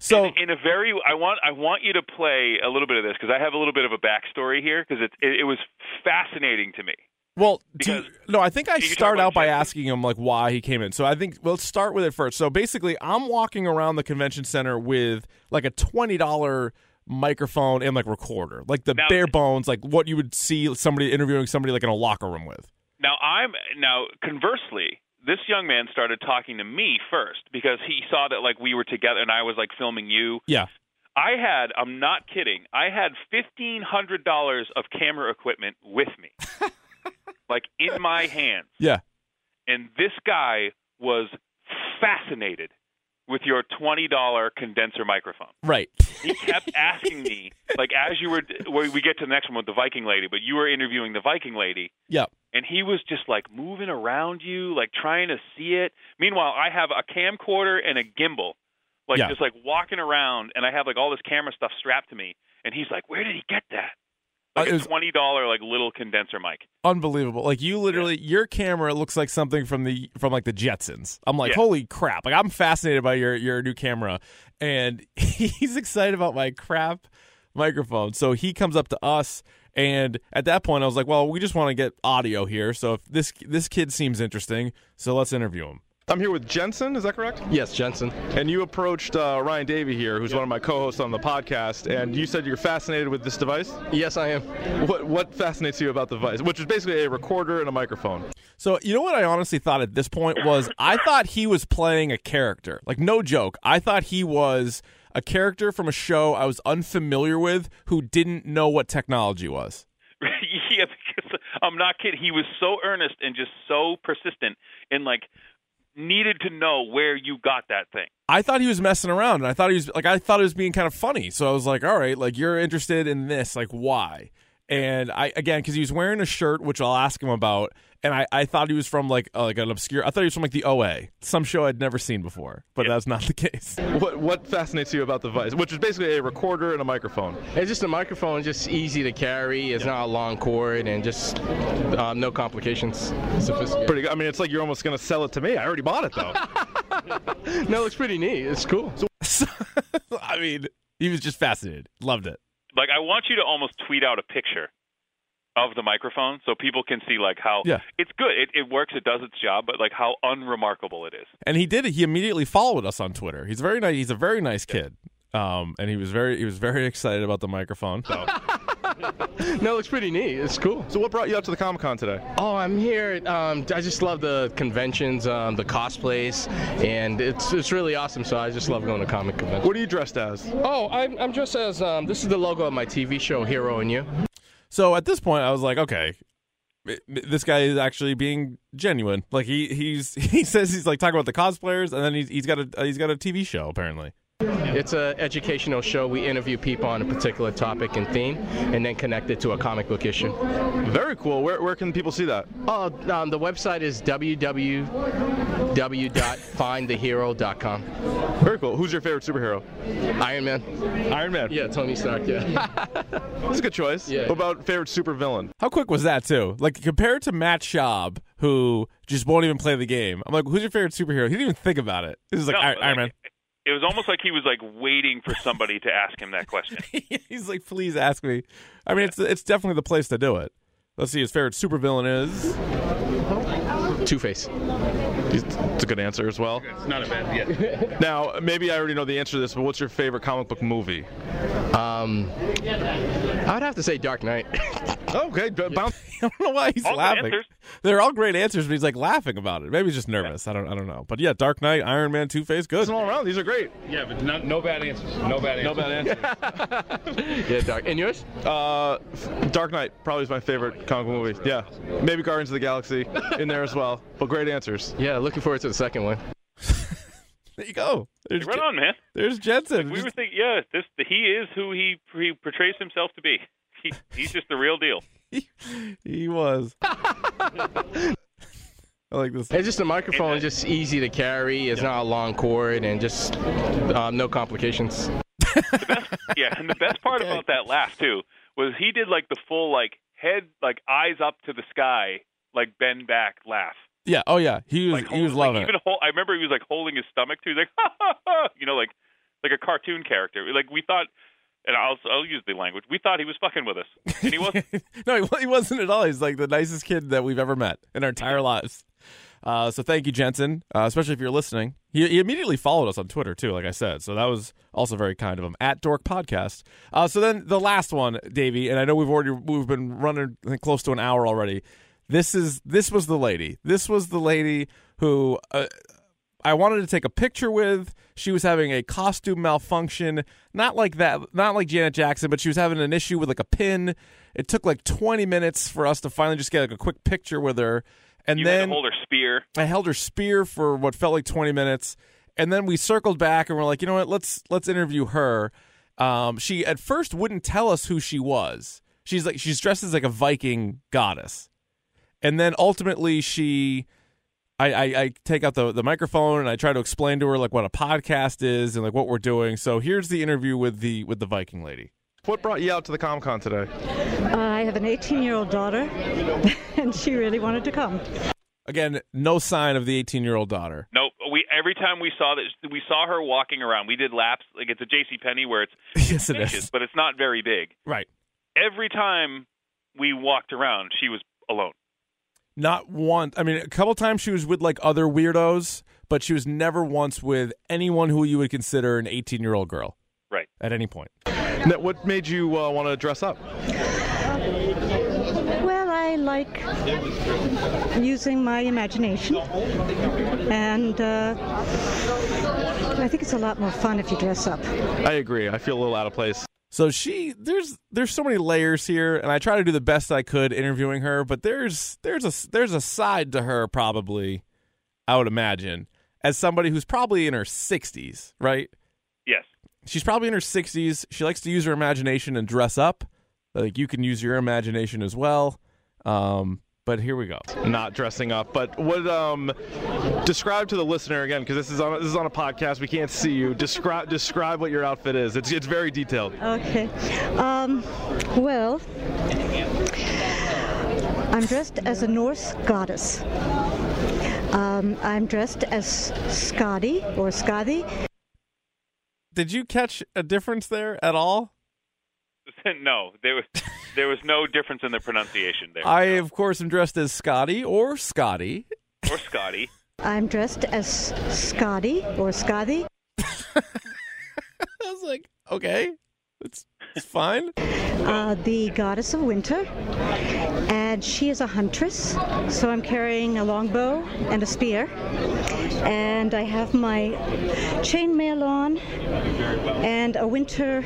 S1: So
S2: in, in a very, I want I want you to play a little bit of this because I have a little bit of a backstory here because it, it it was fascinating to me.
S1: Well, do you-
S2: Because-
S1: no, I think I
S2: you talk
S1: start
S2: about
S1: out by
S2: Jeffrey?
S1: asking him like why he came in. So I think well, let's start with it first. So basically, I'm walking around the convention center with like a twenty dollar microphone and like recorder, like the
S2: Now-
S1: bare bones, like what you would see somebody interviewing somebody like in a locker room with.
S2: Now I'm now conversely, this young man started talking to me first because he saw that like we were together and I was like filming you.
S1: Yeah.
S2: I had, I'm not kidding, I had fifteen hundred dollars of camera equipment with me, like in my hand,
S1: Yeah.
S2: and this guy was fascinated with your twenty dollar condenser microphone.
S1: Right.
S2: He kept asking me, like as you were, well, we get to the next one with the Viking lady, but you were interviewing the Viking lady
S1: Yeah.
S2: and he was just like moving around you, like trying to see it. Meanwhile, I have a camcorder and a gimbal, like
S1: Yeah.
S2: just like walking around, and I have like all this camera stuff strapped to me. And he's like, "Where did he get that?" Like
S1: Uh, it
S2: a
S1: was-
S2: twenty dollar like little condenser mic.
S1: Unbelievable. Like you literally your camera looks like something from the from like the Jetsons. I'm like,
S2: Yeah.
S1: holy crap. Like I'm fascinated by your your new camera. And he's excited about my crap microphone. So he comes up to us and at that point I was like, well, we just want to get audio here. So if this this kid seems interesting, so let's interview him.
S4: I'm here with Jensen. Is that correct?
S9: Yes, Jensen.
S4: And you approached uh, Ryan Davey here, who's one of my co-hosts on the podcast, and you said you're fascinated with this device.
S9: Yes, I am.
S4: What what fascinates you about the device, which is basically a recorder and a microphone?
S1: So you know what I honestly thought at this point was I thought he was playing a character. Like no joke. I thought he was a character from a show I was unfamiliar with who didn't know what technology was.
S2: yeah, because I'm not kidding. He was so earnest and just so persistent, and like needed to know where you got that thing.
S1: I thought he was messing around and I thought he was like I thought he was being kind of funny. So I was like, "All right, like you're interested in this, like why?" And I again cuz he was wearing a shirt which I'll ask him about and I, I thought he was from like uh, like an obscure I thought he was from like the OA, some show I'd never seen before, but that's not the case.
S4: What what fascinates you about the device, which is basically a recorder and a microphone?
S9: It's just a microphone, just easy to carry. It's not a long cord and just um, no complications. Sophisticated.
S4: Pretty. good. I mean, it's like you're almost gonna sell it to me. I already bought it though.
S9: no, it looks pretty neat. It's cool.
S1: So, I mean, he was just fascinated. Loved it.
S2: like I want you to almost tweet out a picture of the microphone so people can see like how
S1: Yeah.
S2: it's good. It, it works, it does its job, but like how unremarkable it is.
S1: And he did it. He immediately followed us on Twitter. He's very nice. He's a very nice kid. Um, and he was very he was very excited about the microphone.
S9: No, it looks pretty neat. It's cool.
S4: so what brought you up to the Comic Con today?
S9: Oh, I'm here. Um, I just love the conventions, um, the cosplays, and it's it's really awesome. So I just love going to comic conventions.
S4: What are you dressed as?
S9: Oh, I'm, I'm dressed as um, this is the logo of my TV show Hero and You.
S1: So at this point, I was like, okay, it- this guy is actually being genuine. Like he he's he says he's like talking about the cosplayers, and then he's he's got a uh, he's got a TV show apparently.
S9: It's an educational show. We interview people on a particular topic and theme, and then connect it to a comic book issue.
S4: Very cool. Where, where can people see that?
S9: Oh, um, the website is www.findthehero.com.
S4: Very cool. Who's your favorite superhero?
S9: Iron Man.
S4: Iron Man.
S9: Yeah, Tony Stark. Yeah.
S4: That's a good choice.
S9: Yeah.
S4: What about favorite supervillain?
S1: How quick was that too? Like compared to Matt Schaub, who just won't even play the game. I'm like, who's your favorite superhero? He didn't even think about it. This is like
S2: No,
S1: Iron, Iron Man.
S2: It was almost like he was like waiting for somebody to ask him that question.
S1: he's like, please ask me. I mean, it's it's definitely the place to do it. Let's see, his favorite supervillain is.
S9: Two Face.
S4: It's a good answer as well.
S2: It's not a bad. Yeah.
S4: Now, maybe I already know the answer to this, but what's your favorite comic book movie?
S9: Um, I would have to say Dark Knight.
S4: Okay, b- bounce.
S1: I don't know why he's
S2: All good
S1: laughing.
S2: answers.
S1: They're all great answers, but he's like laughing about it. Maybe he's just nervous. I don't. I don't know. But yeah, Dark Knight, Iron Man, Two Face, good.
S4: all around. These are great.
S10: Yeah, but no, no bad answers. No bad answers. No bad answers.
S9: yeah, Dark. And yours?
S4: Uh, f- Dark Knight probably is my favorite comic book movie. Yeah, maybe Guardians of the Galaxy in there as well. But great answers.
S9: Yeah, looking forward to the second one.
S1: There you go. There's,
S2: Right
S1: Je-
S2: on, man.
S1: there's Jensen.
S2: We were thinking, yeah, this he is who he he portrays himself to be. He, he's just the real deal.
S1: he was. I like this.
S9: It's just the microphone, just easy to carry. It's not a long cord, and just um, no complications.
S2: Yeah, and the best part about that laugh too was he did like the full like head like eyes up to the sky like bend back laugh.
S1: Yeah. Oh yeah. He was.
S2: Like,
S1: he was
S2: hold- like,
S1: loving
S2: even
S1: it.
S2: hol- I remember he was like holding his stomach too. He's like, you know, like like a cartoon character. Like we thought, and I'll I'll use the language. We thought he was fucking with us, and he wasn't.
S1: no, he, wa- he wasn't at all. He's like the nicest kid that we've ever met in our entire lives. Uh, so thank you, Jensen, uh, especially if you're listening. He, he immediately followed us on Twitter too, like I said. So that was also very kind of him at Dork Podcast. Uh, so then the last one, Davey, and I know we've already we've been running I think, close to an hour already. This is this was the lady. This was the lady who uh, I wanted to take a picture with. She was having a costume malfunction, not like that, not like Janet Jackson, but she was having an issue with like a pin. It took like 20 minutes for us to finally just get like a quick picture with her, and
S2: You had
S1: then
S2: to hold her spear.
S1: I held her spear for what felt like 20 minutes, and then we circled back and we're like, you know what? Let's let's interview her. Um, she at first wouldn't tell us who she was. She's like she's dressed as like a Viking goddess, and then ultimately she. I, I, I take out the, the microphone and I try to explain to her like what a podcast is and like what we're doing. So here's the interview with the with the Viking lady.
S4: What brought you out to the Comic Con today?
S6: I have an 18 year old daughter, and she really wanted to come.
S1: Again, no sign of the 18 year old daughter.
S2: No, we every time we saw that we saw her walking around. We did laps like it's a J.C. Penney where it's
S1: yes, it
S2: inches,
S1: is.
S2: but it's not very big.
S1: Right.
S2: Every time we walked around, she was alone.
S1: Not one. I mean, a couple times she was with like other weirdos, but she was never once with anyone who you would consider an 18 year old girl
S2: Right.
S1: at any point.
S4: Now, What made you uh, want to dress up?
S6: Well, I like using my imagination, and uh, I think it's a lot more fun if you dress up.
S4: I agree. I feel a little out of place.
S1: So she there's there's so many layers here, and I try to do the best I could interviewing her, but there's there's a there's a side to her probably, I would imagine, as somebody who's probably in her 60s, right?
S2: Yes.
S1: she's probably in her 60s. She likes to use her imagination and dress up. Like you can use your imagination as well. Um, but here we go.
S4: Not dressing up, but what? Um, describe to the listener again, because this is on this is on a podcast. We can't see you. Describe describe what your outfit is. It's it's very detailed.
S6: Okay. Um, well, I'm dressed as a Norse goddess. Um, I'm dressed as Skadi or Skadi.
S1: Did you catch a difference there at all?
S2: no, there was there was no difference in the pronunciation there.
S1: I, of course, am dressed as Scotty or Scotty.
S2: or Scotty.
S6: I'm dressed as Skadi or Skadi.
S1: I was like, okay, It's, it's fine.
S6: uh, the goddess of winter, and she is a huntress. So I'm carrying a longbow and a spear, and I have my chainmail on and a winter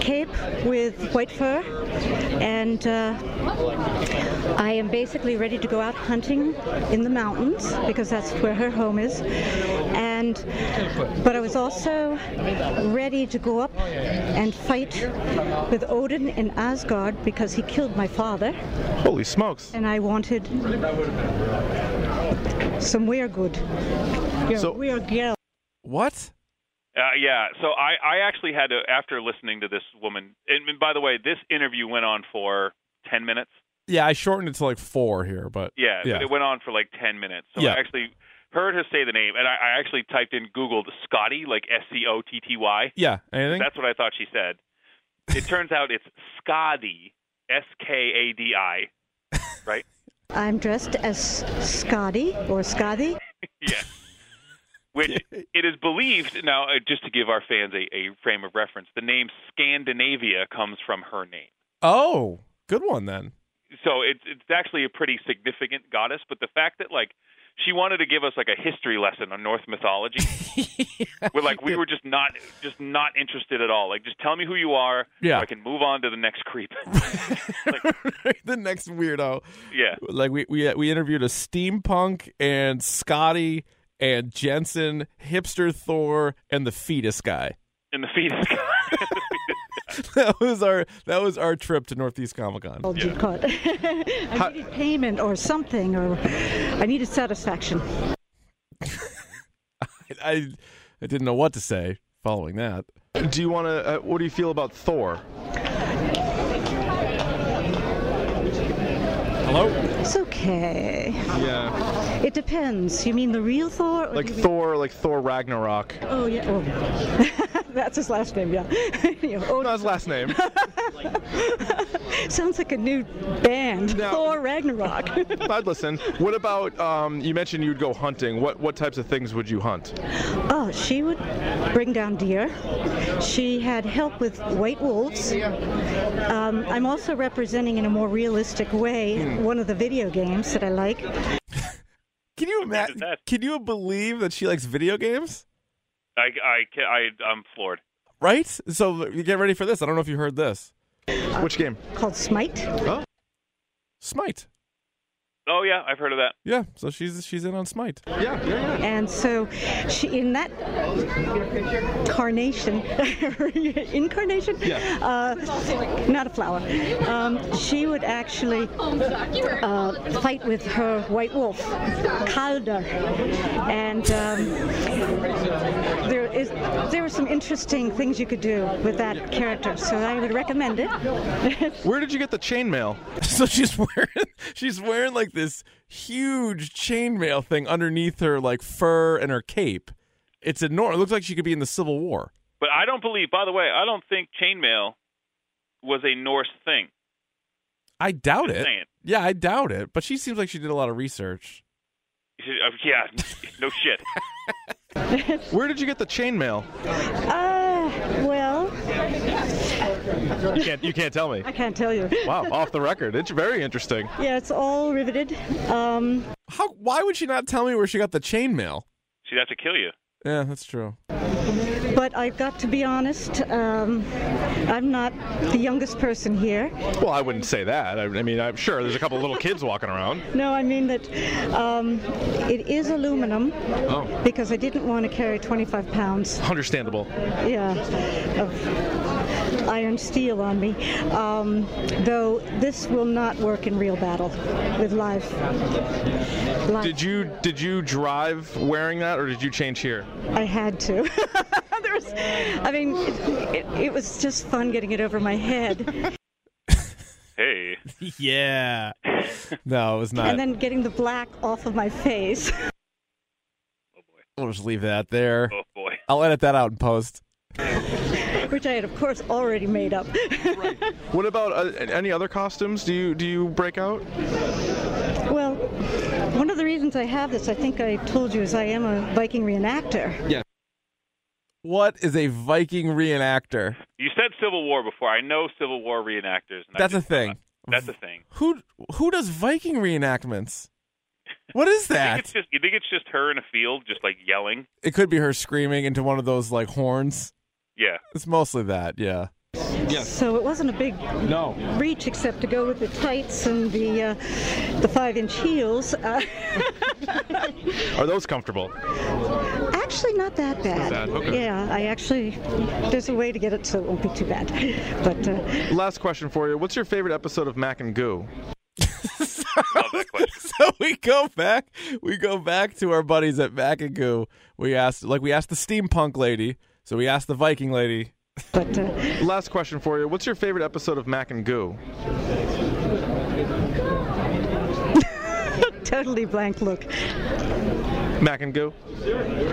S6: cape with white fur, and uh, I am basically ready to go out hunting in the mountains because that's where her home is, and but I was also ready to go up and fight with Odin in Asgard because he killed my father.
S4: Holy smokes!
S6: And I wanted some we're good.
S4: So-
S6: we are girl.
S1: What?
S2: Uh, yeah, so I, I actually had to, after listening to this woman, and, and by the way, this interview went on for 10 minutes.
S1: Yeah, I shortened it to like four here, but
S2: Yeah, but it went on for like 10 minutes. So
S1: Yeah.
S2: I actually heard her say the name, and I, I actually typed in Googled Scotty, like S C O T T Y.
S1: Yeah, anything?
S2: That's what I thought she said. It turns out it's Skadi, S K A D I, right?
S6: I'm dressed as Scotty or Scotty.
S2: Yeah. Which it is believed now, uh, just to give our fans a, a frame of reference, the name Scandinavia comes from her name.
S1: Oh, good one then.
S2: So it's it's actually a pretty significant goddess, but the fact that like she wanted to give us like a history lesson on Norse mythology, we're like we were just not just not interested at all. Like just tell me who you are,
S1: Yeah.
S2: so I can move on to the next creep.
S1: the next weirdo.
S2: yeah,
S1: Like we we we interviewed a steampunk and Scotty and Jensen, hipster Thor, and the fetus guy.
S2: and the fetus.
S1: that was our that was our trip to Northeast Comic Con.
S6: Old you caught. I needed payment or something, or I needed satisfaction.
S1: I I didn't know what to say following that.
S4: Do you want to? Uh, what do you feel about Thor?
S1: Hello.
S6: It's okay.
S4: Yeah.
S6: It depends. You mean the real Thor? Or
S4: Like
S6: do you
S4: Thor, like Thor Ragnarok.
S6: Mean... Oh yeah. Oh. That's his last name. Yeah. You know, Odin.
S4: Not his last name.
S6: Sounds like a new band. Thor Ragnarok.
S4: I'd listen. What about? Um, you mentioned you'd go hunting. What what types of things would you hunt?
S6: Oh, she would bring down deer. She had help with white wolves. Um, I'm also representing in a more realistic way one of the video games that I like.
S1: Can you imagine? Can you believe that she likes video games?
S2: I I ca- I I'm floored.
S1: Right? So you get ready for this. I don't know if you heard this.
S4: Which game?
S6: Called Smite.
S4: Oh.
S1: Smite.
S2: Oh yeah, I've heard of that.
S1: Yeah. So she's she's in on Smite.
S4: Yeah,
S6: And so she in that carnation incarnation uh, not a flower um, she would actually uh, fight with her white wolf Calder and um, there is there are some interesting things you could do with that character so I would recommend it
S4: Where did you get the chainmail?
S1: So she's wearing she's wearing like this huge chainmail thing underneath her like fur and her cape. It's enormous. It looks like she could be in the Civil War.
S2: But I don't believe. By the way, I don't think chainmail was a Norse thing.
S1: I doubt
S2: Just
S1: it.
S2: saying.
S1: Yeah, I doubt it. But she seems like she did a lot of research.
S2: Uh, Yeah, no shit.
S4: Where did you get the chainmail?
S6: uh, well
S4: You can't. You can't tell me.
S6: I can't tell you
S4: Wow, off the record. It's very interesting.
S6: yeah it's all riveted um,
S1: How? Why would she not tell me where she got the chainmail?
S2: She'd have to kill you.
S1: Yeah, that's true.
S6: But I've got to be honest, um, I'm not the youngest person here.
S4: Well, I wouldn't say that. I, I mean, I'm sure there's a couple little kids walking around.
S6: No, I mean that um, it is aluminum
S4: Oh.
S6: because I didn't want to carry 25 pounds,
S4: Understandable.
S6: yeah, of iron steel on me. Um, though this will not work in real battle with live. live.
S4: Did you did you drive wearing that, or did you change here?
S6: I had to. there was, I mean, it, it, it was just fun getting it over my head.
S2: Hey.
S1: yeah. No, it was not.
S6: and then getting the black off of my face.
S1: we'll just leave that there.
S2: Oh boy.
S1: I'll edit that out and post.
S6: which I had, of course, already made up.
S4: What about uh, any other costumes? Do you do you break out?
S6: well, one of the reasons I have this, I think I told you, is I am a Viking reenactor.
S1: Yeah. What is a Viking reenactor?
S2: You said Civil War before. I know Civil War reenactors. and I
S1: That's a
S2: just-
S1: thing.
S2: That's a thing.
S1: Who who does Viking reenactments? What is
S2: You think
S1: that?
S2: it's just you think it's just her in a field, just like yelling.
S1: It could be her screaming into one of those like horns.
S2: Yeah.
S1: It's mostly that, yeah.
S6: So it wasn't a big
S1: No.
S6: reach except to go with the tights and the uh, the five inch heels. Uh,
S4: Are those comfortable?
S6: actually, not that bad.
S4: bad, okay.
S6: Yeah, I actually there's a way to get it so it won't be too bad. But uh,
S4: Last question for you. What's your favorite episode of Mac and Goo?
S1: so we go back, we go back to our buddies at Mac and Goo. We asked, like, we asked the steampunk lady, so we asked the Viking lady.
S6: But uh,
S4: last question for you. What's your favorite episode of Mac and Goo?
S6: totally blank look.
S4: Mac and Goo.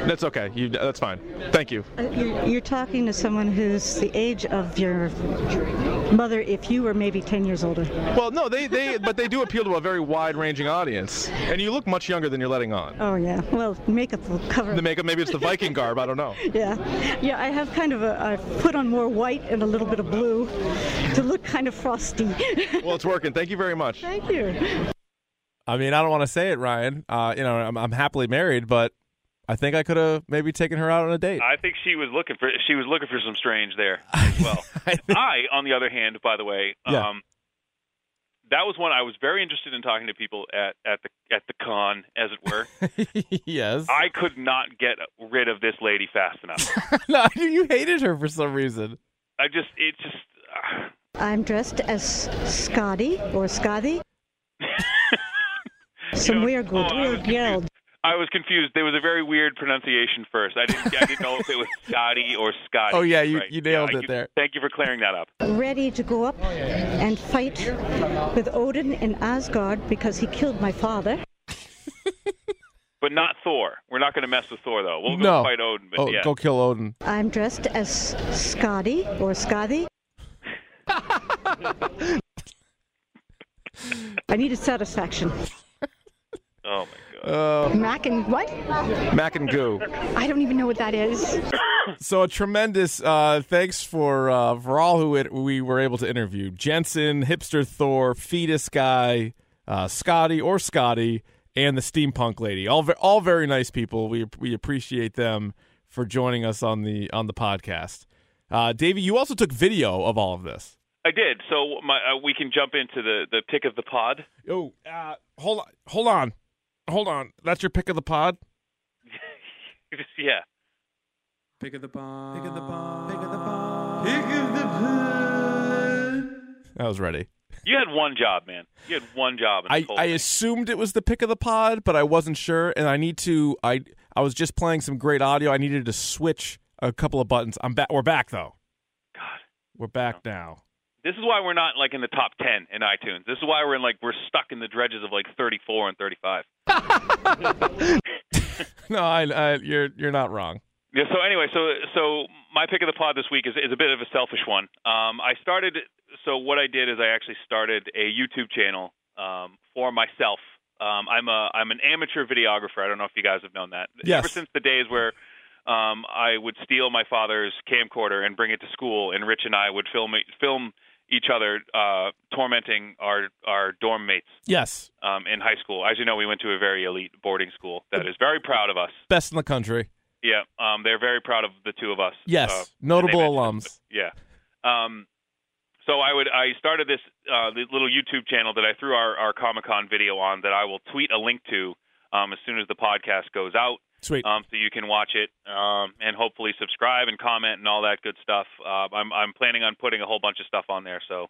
S4: That's okay. You. That's fine. Thank you.
S6: Uh, You're, you're talking to someone who's the age of your mother if you were maybe 10 years older.
S4: Well, no, they, they but they do appeal to a very wide-ranging audience, and you look much younger than you're letting on.
S6: Oh, yeah. Well, makeup will cover.
S4: The makeup, maybe it's the Viking garb. I don't know.
S6: Yeah. Yeah, I have kind of a, I've put on more white and a little bit of blue to look kind of frosty.
S4: Well, it's working. Thank you very much.
S6: Thank you.
S1: I mean, I don't want to say it, Ryan. Uh, you know, I'm, I'm happily married, but I think I could have maybe taken her out on a date.
S2: I think she was looking for she was looking for some strange there as well. I, on the other hand, by the way,
S1: Yeah.
S2: um, that was one I was very interested in talking to people at at the at the con, as it were.
S1: yes.
S2: I could not get rid of this lady fast enough.
S1: no, you hated her for some reason.
S2: I just it just ah.
S6: I'm dressed as Scotty or Scotty. Some weird,
S2: oh, I was
S6: weird yelled.
S2: I was confused. There was a very weird pronunciation first. I didn't I didn't know if it was Scotty or Scotty.
S1: Oh, yeah, you-
S2: Right.
S1: you nailed
S2: Yeah,
S1: it there.
S2: Thank you for clearing that up.
S6: ready to go up and fight with Odin in Asgard because he killed my father.
S2: But not Thor. We're not going to mess with Thor though. We'll go
S1: no.
S2: fight Odin. But
S1: oh,
S2: yeah.
S1: go kill Odin.
S6: I'm dressed as Scotty or Scotty. I needed satisfaction.
S2: Oh
S1: Uh.
S5: Mac and what?
S4: Mac and Goo.
S5: I don't even know what that is.
S1: So a tremendous uh, thanks for uh, for all who it, we were able to interview: Jensen, Hipster Thor, Fetus Guy, uh, Scotty or Scotty, and the Steampunk Lady. All ve- all very nice people. We we appreciate them for joining us on the on the podcast. Uh, Davey, you also took video of all of this.
S2: I did. So my, uh, we can jump into the the pick of the pod.
S1: Oh, uh, hold on, hold on, hold on. That's your pick of the pod.
S2: yeah.
S3: Pick of the bomb. Pick of the bomb. Pick of the bomb. Pick of the bomb.
S1: I was ready.
S2: You had one job, man. You had one job. In
S1: I, I assumed it was the pick of the pod, but I wasn't sure, and I need to. I I was just playing some great audio. I needed to switch a couple of buttons. I'm back. We're back though.
S2: God.
S1: we're back now.
S2: this is why we're not like in the top ten in iTunes. This is why we're in like we're stuck in the dredges of like 34 and 35.
S1: No, I, I you're you're not wrong.
S2: Yeah. So anyway, so so my pick of the pod this week is is a bit of a selfish one. Um, I started. So what I did is I actually started a YouTube channel um, for myself. Um, I'm a I'm an amateur videographer. I don't know if you guys have known that.
S1: Yes.
S2: Ever since the days where um, I would steal my father's camcorder and bring it to school, and Rich and I would film film each other uh, tormenting our our dorm mates
S1: Yes,
S2: um, in high school. As you know, we went to a very elite boarding school that is very proud of us.
S1: best in the country.
S2: Yeah, um, they're very proud of the two of us.
S1: Yes,
S2: Uh,
S1: notable alums.
S2: yeah. Um, so I would I started this uh, the little YouTube channel that I threw our, our Comic Con video on that I will tweet a link to um, as soon as the podcast goes out.
S1: Sweet.
S2: Um, so you can watch it um, and hopefully subscribe and comment and all that good stuff. Uh, I'm I'm planning on putting a whole bunch of stuff on there. So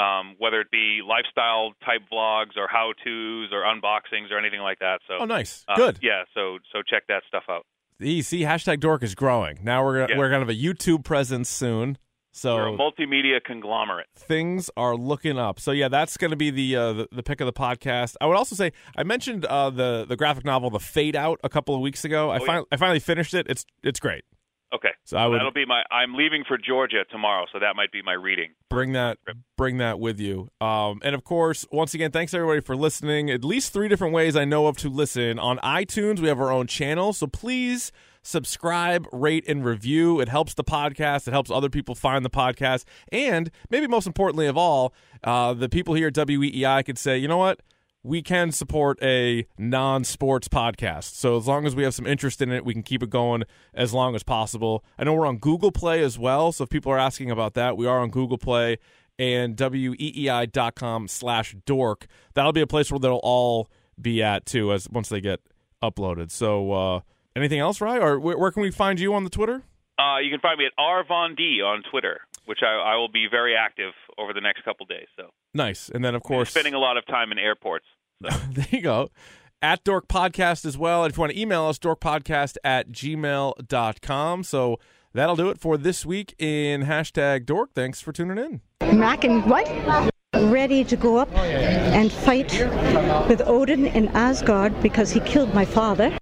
S2: um, whether it be lifestyle type vlogs or how tos or unboxings or anything like that. So
S1: Oh, nice.
S2: uh,
S1: Good.
S2: Yeah. So so check that stuff out.
S1: You see, hashtag Dork is growing. Now we're gonna,
S2: Yeah.
S1: we're gonna have a YouTube presence soon.
S2: We're
S1: So
S2: a multimedia conglomerate.
S1: things are looking up. So yeah, that's going to be the, uh, the the pick of the podcast. I would also say I mentioned uh, the the graphic novel The Fade Out a couple of weeks ago. I,
S2: yeah.
S1: fin- I finally finished it. It's it's great.
S2: Okay.
S1: So I would-
S2: that'll be my. I'm leaving for Georgia tomorrow, so that might be my reading.
S1: Bring that bring that with you. Um, and of course, once again, thanks everybody for listening. At least three different ways I know of to listen on iTunes. We have our own channel, so please subscribe, rate, and review. It helps the podcast. It helps other people find the podcast. And maybe most importantly of all, uh, the people here at WEEI could say, you know what? We can support a non sports podcast. So as long as we have some interest in it, we can keep it going as long as possible. I know we're on Google Play as well. So if people are asking about that, we are on Google Play and E weei.com slash dork. That'll be a place where they'll all be at too as once they get uploaded. So uh, anything else, Rye? Or where, where can we find you on the Twitter?
S2: Uh, you can find me at R Von D on Twitter, which I, I will be very active over the next couple days. So
S1: Nice. And then of course
S2: spending a lot of time in airports.
S1: there you go. At Dork Podcast as well. And if you want to email us, dorkpodcast at gmail.com. So that'll do it for this week in hashtag dork. Thanks for tuning in.
S6: Mac and what? Ready to go up and fight with Odin in Asgard because he killed my father.